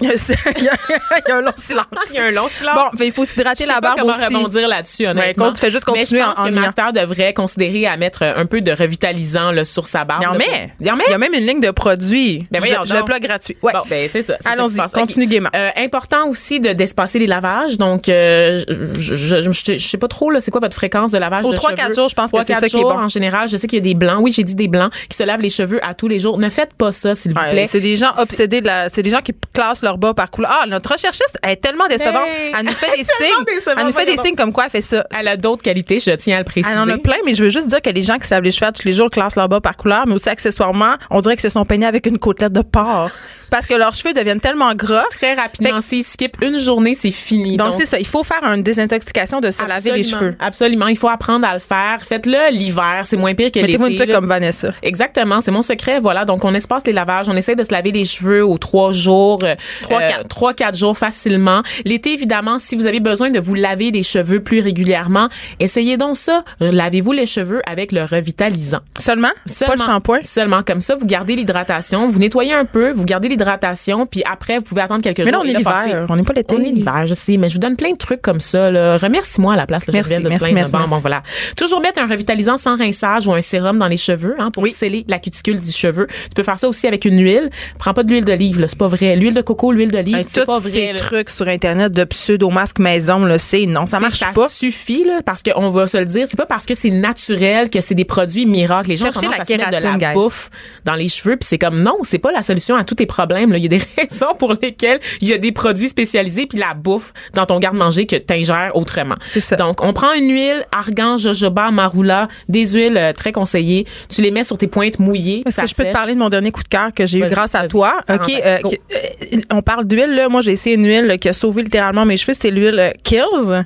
S1: Il y a, il y a- il y a un long silence.
S2: Il y a un long silence.
S1: Bon, ben, il faut s'hydrater
S2: Je sais
S1: la
S2: pas
S1: barbe
S2: comment
S1: aussi.
S2: rebondir là-dessus, honnêtement.
S1: écoute, tu fais juste
S2: Mais
S1: continuer
S2: je pense
S1: en- en
S2: que
S1: niant.
S2: Master devrait considérer à mettre euh, un peu de revitalisant là, sur sa barbe.
S1: Il y en
S2: là,
S1: met.
S2: pour- Il y en met?
S1: Il y a même une ligne de produits.
S2: Ben
S1: je,
S2: voyons
S1: le- je le
S2: donc.
S1: plug gratuit. Ouais.
S2: Bon, ben c'est ça. c'est ça qui
S1: Allons-y,
S2: se passe.
S1: continue
S2: Ok.
S1: gaiement.
S2: Euh, important aussi de d'espacer les lavages. Donc, euh, je, je, je, je- je sais pas trop là, c'est quoi votre fréquence de lavage
S1: Aux
S2: de
S1: trois,
S2: cheveux.
S1: quatre jours, je pense que
S2: Trois,
S1: c'est
S2: quatre
S1: ça qui est
S2: jours,
S1: bon.
S2: En général, je sais qu'il y a des blancs. Oui, j'ai dit des blancs qui se lavent les cheveux à tous les jours. Ne faites pas ça, s'il vous
S1: Ouais,
S2: plaît.
S1: c'est des gens obsédés de la, c'est des gens qui classent leur bas par couleur. Ah, notre recherchiste elle est tellement décevante.
S2: Hey.
S1: Elle nous fait des
S2: Tellement
S1: signes.
S2: décevante,
S1: Elle nous fait des
S2: voyons
S1: signes comme quoi elle fait ça.
S2: Elle a d'autres qualités, je tiens à le préciser.
S1: Elle en a plein, mais je veux juste dire que les gens qui se lavent les cheveux à tous les jours classent leur bas par couleur, mais aussi accessoirement, on dirait qu'ils se sont peignés avec une côtelette de porc. parce que leurs cheveux deviennent tellement gras.
S2: Très rapidement,
S1: Fait-
S2: s'ils skip une journée, c'est fini.
S1: Donc, c'est ça. Il faut faire une désintoxication de se laver les
S2: Absolument,
S1: cheveux.
S2: Absolument, il faut apprendre à le faire. Faites-le l'hiver, c'est moins pire que l'été.
S1: Mettez-vous une sucre
S2: là.
S1: comme Vanessa.
S2: Exactement, c'est mon secret. Voilà, donc on espace les lavages, on essaie de se laver les cheveux aux trois jours, euh,
S1: Trois,
S2: euh,
S1: quatre.
S2: trois quatre jours facilement. L'été évidemment, si vous avez besoin de vous laver les cheveux plus régulièrement, essayez donc ça. Lavez-vous les cheveux avec le revitalisant.
S1: Seulement?
S2: Seulement,
S1: Pas le shampoing?
S2: Seulement comme ça, vous gardez l'hydratation, vous nettoyez un peu, vous gardez l'hydratation, puis après vous pouvez attendre quelques
S1: Mais là,
S2: jours.
S1: on
S2: et
S1: est
S2: passer-
S1: l'hiver. On n'est pas l'été.
S2: on est l'hiver, je sais, mais je vous donne plein de trucs comme ça. là. Remercie-moi à la place. Là,
S1: Merci,
S2: je reviens de
S1: merci,
S2: plein de-
S1: merci,
S2: bon,
S1: merci.
S2: bon, voilà. Toujours mettre un revitalisant sans rinçage ou un sérum dans les cheveux hein, pour sceller la cuticule du cheveu. Tu peux faire ça aussi avec une huile. Prends pas de l'huile d'olive, là, c'est pas vrai. L'huile de coco, l'huile d'olive,
S1: Hey,
S2: c'est pas
S1: tous
S2: vrai.
S1: ces
S2: là.
S1: trucs sur Internet de pseudo-masque maison, là, c'est non, ça marche
S2: ça
S1: pas.
S2: suffit là, parce qu'on va se le dire, c'est pas parce que c'est naturel que c'est des produits miracles. Les gens
S1: Cherchez
S2: commencent
S1: la
S2: à se mettre de
S1: kératine,
S2: la
S1: guys.
S2: bouffe dans les cheveux, puis c'est comme non, c'est pas la solution à tous tes problèmes. là. Il y a des raisons pour lesquelles il y a des produits spécialisés puis la bouffe dans ton garde-manger que t'ingères autrement.
S1: C'est ça.
S2: Donc on prend une huile, argan, jojoba, marula, des huiles euh, très conseillées. Tu les mets sur tes pointes mouillées.
S1: Est-ce
S2: ça
S1: que je peux te
S2: sèche.
S1: parler de mon dernier coup de cœur que j'ai eu
S2: Vas-y,
S1: grâce à
S2: vas-y.
S1: toi? OK,
S2: Parenthèse,
S1: euh,
S2: go.
S1: que- euh, on parle d'huile. là. Moi, j'ai essayé une huile qui a sauvé littéralement mes cheveux. C'est l'huile euh, Kills.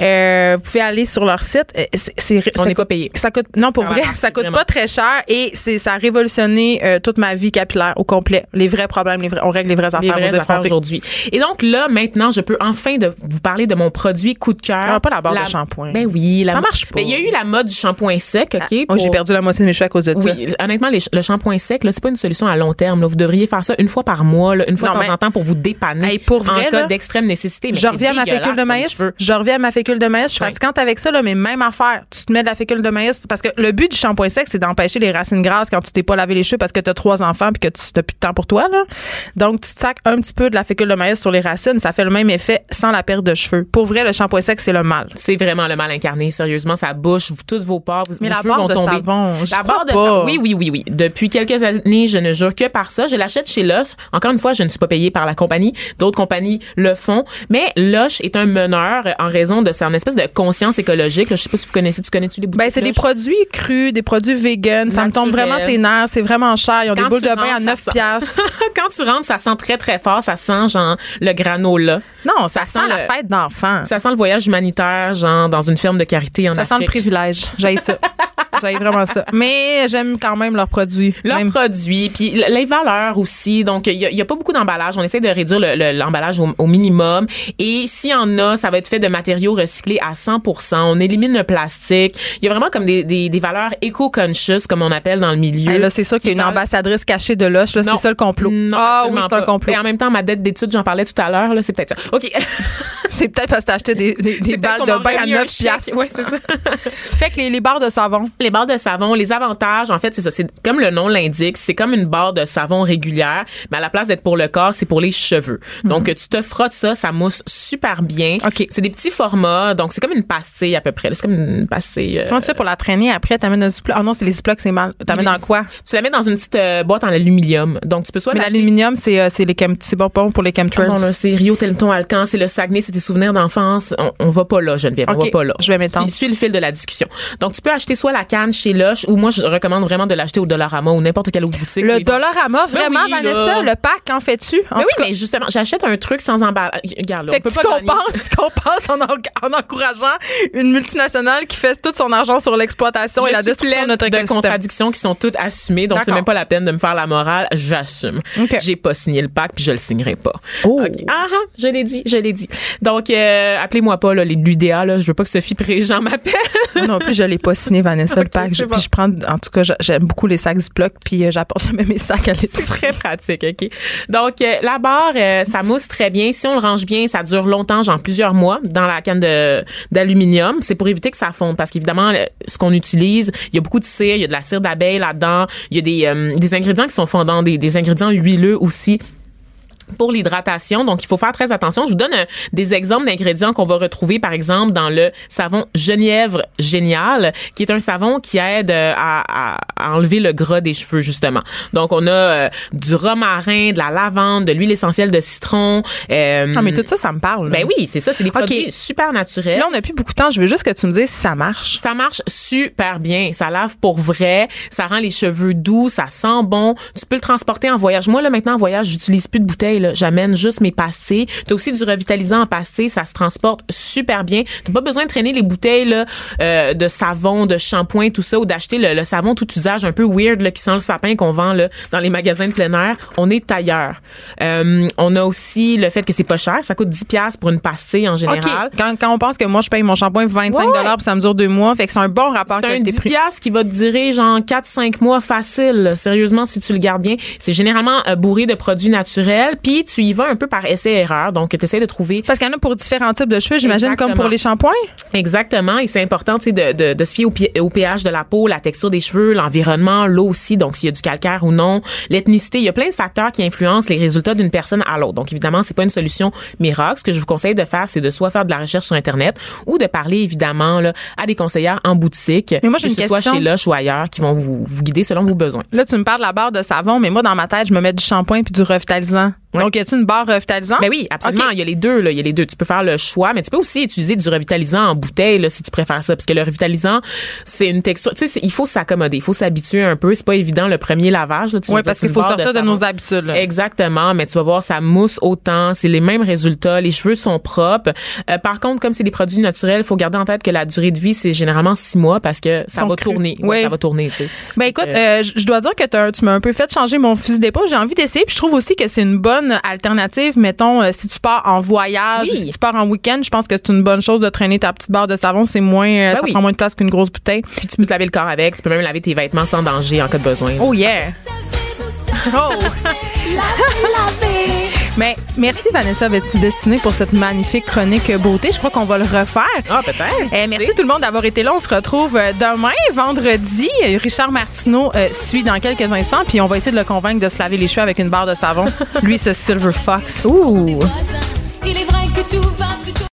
S1: Euh, vous pouvez aller sur leur site. Euh, c'est- c'est-
S2: On
S1: ça
S2: n'est pas
S1: coûte-
S2: payé.
S1: Ça coûte, non, pour
S2: Ah,
S1: vrai,
S2: vraiment,
S1: ça coûte
S2: vraiment.
S1: pas très cher et c'est ça a révolutionné euh, toute ma vie capillaire au complet. Les vrais problèmes, les vrais, on règle les vraies
S2: des
S1: affaires.
S2: vraies
S1: vous
S2: affaires
S1: effrontez.
S2: aujourd'hui. Et donc là, maintenant, je peux enfin de vous parler de mon produit coup de cœur.
S1: Ah, pas la barre de shampoing.
S2: Ben oui, la
S1: Ça
S2: mo-
S1: marche pas.
S2: Ben, il y a eu la mode du shampoing sec, ok.
S1: Ah, Moi, j'ai
S2: pour-
S1: perdu la moitié de mes cheveux à cause de ça.
S2: Oui, honnêtement, les- le shampoing sec, là, c'est pas une solution à long terme. là. Vous devriez faire ça une fois par mois, là, une fois
S1: Non,
S2: de temps
S1: mais-
S2: en temps pour vous dépanner
S1: Hey, pour
S2: en
S1: vrai,
S2: cas
S1: là,
S2: d'extrême nécessité. Mais
S1: je
S2: c'est
S1: reviens à ma
S2: dégueulasse
S1: fécule de
S2: pour les
S1: maïs.
S2: cheveux.
S1: Je reviens à ma fécule de maïs. Je suis
S2: Ouais.
S1: fatigante avec ça, là, mais même affaire. Tu te mets de la fécule de maïs parce que le but du shampoing sec, c'est d'empêcher les racines grasses quand tu t'es pas lavé les cheveux parce que tu as trois enfants puis que tu n'as plus de temps pour toi. Là. Donc, tu te sacs un petit peu de la fécule de maïs sur les racines. Ça fait le même effet sans la perte de cheveux. Pour vrai, le shampoing sec, c'est le mal.
S2: C'est vraiment le mal incarné, sérieusement. Ça bouche, vous- toutes vos pores, vous-
S1: Mais
S2: vos
S1: la
S2: cheveux
S1: barre
S2: vont
S1: de
S2: tomber.
S1: savon, je
S2: la
S1: crois
S2: barre de
S1: pas.
S2: savon, oui, oui, oui, oui. Depuis quelques années, je ne jure que par ça. Je l'achète chez Lush. Encore une fois, je ne suis pas payée payés par la compagnie. D'autres compagnies le font. Mais Lush est un meneur en raison de son espèce de conscience écologique. Là, je sais pas si vous connaissez, tu connais-tu les
S1: Ben, c'est des
S2: Lush?
S1: produits crus, des produits vegan. Ça me tombe
S2: Naturel.
S1: vraiment ses nerfs. C'est vraiment cher. Ils ont
S2: Quand
S1: des boules
S2: tu
S1: de bain à
S2: rentres, ça
S1: 9
S2: sent-
S1: piastres.
S2: Quand tu rentres, ça sent très, très fort. Ça sent, genre, le granola.
S1: Non, ça, sent, la
S2: le-
S1: fête d'enfant. Ça,
S2: Ça sent le voyage humanitaire, genre, dans une ferme de carité en
S1: Ah. sent le
S2: Afrique.
S1: privilège. J'aille ça. J'aille vraiment ça. Mais j'aime quand même leurs produits.
S2: leurs
S1: Même-
S2: produits, puis l- les valeurs aussi. Donc, il y, a- il y a pas beaucoup d'emballage. On essaie de réduire le- le- l'emballage au, au minimum. Et s'il y en a, ça va être fait de matériaux recyclés à 100 On élimine le plastique. Il y a vraiment comme des, des, des valeurs éco-conscious, comme on appelle dans le milieu.
S1: Hey, Ah, là, c'est sûr qu'il y a une
S2: valent-
S1: ambassadrice cachée de Lush. là.
S2: Non.
S1: C'est ça le complot.
S2: Non,
S1: ah oui,
S2: absolument
S1: c'est un
S2: pas.
S1: complot.
S2: Et en même temps, ma dette d'études, j'en parlais tout à l'heure, là, c'est peut-être ça. OK.
S1: C'est peut-être parce que t'as acheté des, des, des
S2: C'est peut-être
S1: balles
S2: qu'on
S1: de
S2: m'a
S1: bain à
S2: remis
S1: 9
S2: un chèque.
S1: piastres.
S2: Ouais, c'est ça.
S1: Fait que les, les barres de savon.
S2: Les barres de savon, les avantages, en fait, c'est ça. C'est comme le nom l'indique, c'est comme une barre de savon régulière, mais à la place d'être pour le corps, c'est pour les cheveux. Donc, tu te frottes ça, ça mousse super bien.
S1: Mhm. OK.
S2: C'est des petits formats, donc c'est comme une pastille à peu près. là. C'est comme une pastille. euh,
S1: Comment tu fais pour la traîner après? T'amènes dans Ziploc. Ah non, c'est les Ziploc, c'est mal. T'amènes
S2: Les-
S1: dans quoi?
S2: tu la mets dans une petite euh, boîte en aluminium. Donc, tu peux soit
S1: Mais
S2: l'acheter-
S1: l'aluminium, c'est euh, c'est les chem- c'est bon bon pour les chemtrails.
S2: Ah Non, là, c'est Rio Telton Alcan, c'est le Saguenay, c'est tes souvenirs d'enfance. On, on va pas là, Geneviève, on
S1: Ok,
S2: va pas là.
S1: je vais m'étendre.
S2: Suis, suis le fil de la discussion. Donc, tu peux acheter soit la canne chez Lush, ou moi, je recommande vraiment de l'acheter au Dollarama ou n'importe quelle autre boutique.
S1: le
S2: Ils vont-
S1: Dollarama,
S2: Ben
S1: vraiment,
S2: oui,
S1: Vanessa,
S2: là.
S1: le pack, en fais-tu? En
S2: Mais
S1: tout
S2: oui,
S1: cas,
S2: mais justement, j'achète un truc sans emballage. Regarde, là,
S1: Fait
S2: on peut
S1: que tu
S2: pas gagner.
S1: compenses, tu compenses en, en- en encourageant une multinationale qui fait tout son argent sur l'exploitation
S2: Je
S1: et la
S2: suis
S1: destruction de
S2: pleine
S1: notre
S2: de
S1: écosystème.
S2: contradictions qui sont toutes assumées, donc c'est
S1: D'accord.
S2: même pas la peine de me faire la morale. J'assume.
S1: Ok.
S2: J'ai pas signé le pacte, puis je le signerai pas.
S1: Oh.
S2: Ok. Ah, ah, je l'ai dit, je l'ai dit. Donc, euh, appelez-moi pas là, les l'UDA. Là, je veux pas que Sophie Préjean m'appelle.
S1: Moi non plus, je l'ai pas signé, Vanessa, le
S2: Ok,
S1: pack. Je,
S2: c'est bon.
S1: puis je prends, en tout cas, j'a- j'aime beaucoup les sacs Ziploc, puis euh, j'apporte jamais mes sacs à
S2: C'est
S1: l'épicerie.
S2: très pratique, OK? Donc, euh, la barre, euh, ça mousse très bien. Si on le range bien, ça dure longtemps, genre plusieurs mois, dans la canne de- d'aluminium. C'est pour éviter que ça fonde, parce qu'évidemment, le- ce qu'on utilise, il y a beaucoup de cire, il y a de la cire d'abeille là-dedans, il y a des, euh, des ingrédients qui sont fondants, des, des ingrédients huileux aussi pour l'hydratation. Donc, il faut faire très attention. Je vous donne euh, des exemples d'ingrédients qu'on va retrouver, par exemple, dans le savon Genièvre Génial, qui est un savon qui aide euh, à, à- à enlever le gras des cheveux, justement. Donc, on a euh, du romarin, de la lavande, de l'huile essentielle de citron. euh,
S1: Non, Ah, mais tout ça, ça me parle. là.
S2: ben oui, c'est ça. C'est des
S1: Ok.
S2: produits super naturels.
S1: Là, on n'a plus beaucoup de temps. Je veux juste que tu me dises si ça marche.
S2: Ça marche super bien. Ça lave pour vrai. Ça rend les cheveux doux. Ça sent bon. Tu peux le transporter en voyage. Moi, là, maintenant, en voyage, j'utilise plus de bouteilles, là. J'amène juste mes pastilles. T'as aussi du revitalisant en pastilles. Ça se transporte super bien. T'as pas besoin de traîner les bouteilles, là, euh, de savon, de shampoing, tout ça, ou d'acheter le, le savon tout usage un peu weird, là, qui sent le sapin qu'on vend, là, dans les magasins de plein air. On est ailleurs. Euh, on a aussi le fait que c'est pas cher. Ça coûte 10 piastres pour une pastille, en
S1: OK.
S2: général.
S1: Quand, quand on pense que moi, je paye mon shampoing 25
S2: Ouais, ouais.
S1: puis ça me dure deux mois, fait que c'est un bon rapport
S2: C'est un
S1: qualité
S2: 10
S1: prix.
S2: piastres qui va te durer genre 4-5 mois facile. là. Sérieusement, si tu le gardes bien. C'est généralement euh, bourré de produits naturels. Puis tu y vas un peu par essai-erreur. Donc, tu essaies de trouver
S1: Parce qu'il y en a pour différents types de cheveux, j'imagine, comme pour
S2: Exactement.
S1: les shampoings.
S2: exactement. Et c'est important tu sais, de, de, de se fier au, pi- au pH de la peau, la texture des cheveux, l'environnement, l'eau aussi. Donc, s'il y a du calcaire ou non, l'ethnicité. Il y a plein de facteurs qui influencent les résultats d'une personne à l'autre. Donc, évidemment, c'est pas une solution miracle. Ce que je vous conseille de faire, c'est de soit faire de la recherche sur Internet ou de parler, évidemment, là, à des conseillères en boutique.
S1: Mais moi, j'ai
S2: que
S1: une
S2: ce soit
S1: question.
S2: chez Lush ou ailleurs, qui vont vous, vous guider selon vos besoins.
S1: Là, tu me parles de la barre de savon, mais moi, dans ma tête, je me mets du shampoing puis du revitalisant. Donc, y a-tu une barre revitalisante?
S2: Ben oui, absolument.
S1: OK.
S2: Il y a les deux, là. Il y a les deux. Tu peux faire le choix, mais tu peux aussi utiliser du revitalisant en bouteille, là, si tu préfères ça. Parce que le revitalisant, c'est une texture. Tu sais, c'est- il faut s'accommoder. Il faut s'habituer un peu. C'est pas évident le premier lavage, là. Tu sais, je
S1: Oui,
S2: veux dire,
S1: parce
S2: c'est
S1: qu'il
S2: une
S1: faut
S2: barre
S1: sortir de,
S2: savon.
S1: nos habitudes. là.
S2: Exactement, mais tu vas voir, ça mousse autant, c'est les mêmes résultats, les cheveux sont propres. Euh, par contre, comme c'est des produits naturels, faut garder en tête que la durée de vie, c'est généralement six mois parce que ça
S1: sont
S2: va
S1: crus.
S2: tourner.
S1: Oui.
S2: ça va tourner, tu sais.
S1: Ben écoute, euh, je je dois dire que t'as- tu m'as un peu fait changer mon fusil d'épaule. J'ai envie d'essayer. Puis je trouve aussi que c'est une bonne alternative. Mettons, euh, si tu pars en voyage,
S2: Oui.
S1: si tu pars en week-end, je pense que c'est une bonne chose de traîner ta petite barre de savon. C'est moins, euh,
S2: Ben
S1: ça
S2: oui.
S1: prend moins de place qu'une grosse bouteille.
S2: Puis tu peux te laver le corps avec, tu peux même laver tes vêtements sans danger en cas de besoin.
S1: Oh yeah. Oh. Mais merci Vanessa Vesti- Destinée pour cette magnifique chronique beauté. Je crois qu'on va le refaire.
S2: Ah, peut-être.
S1: Euh, merci tout le monde d'avoir été là. On se retrouve euh, demain, vendredi. Euh, Richard Martineau euh, suit dans quelques instants, puis on va essayer de le convaincre de se laver les cheveux avec une barre de savon. Lui, ce Silver Fox. Ouh!
S7: Il est vrai que tout va plutôt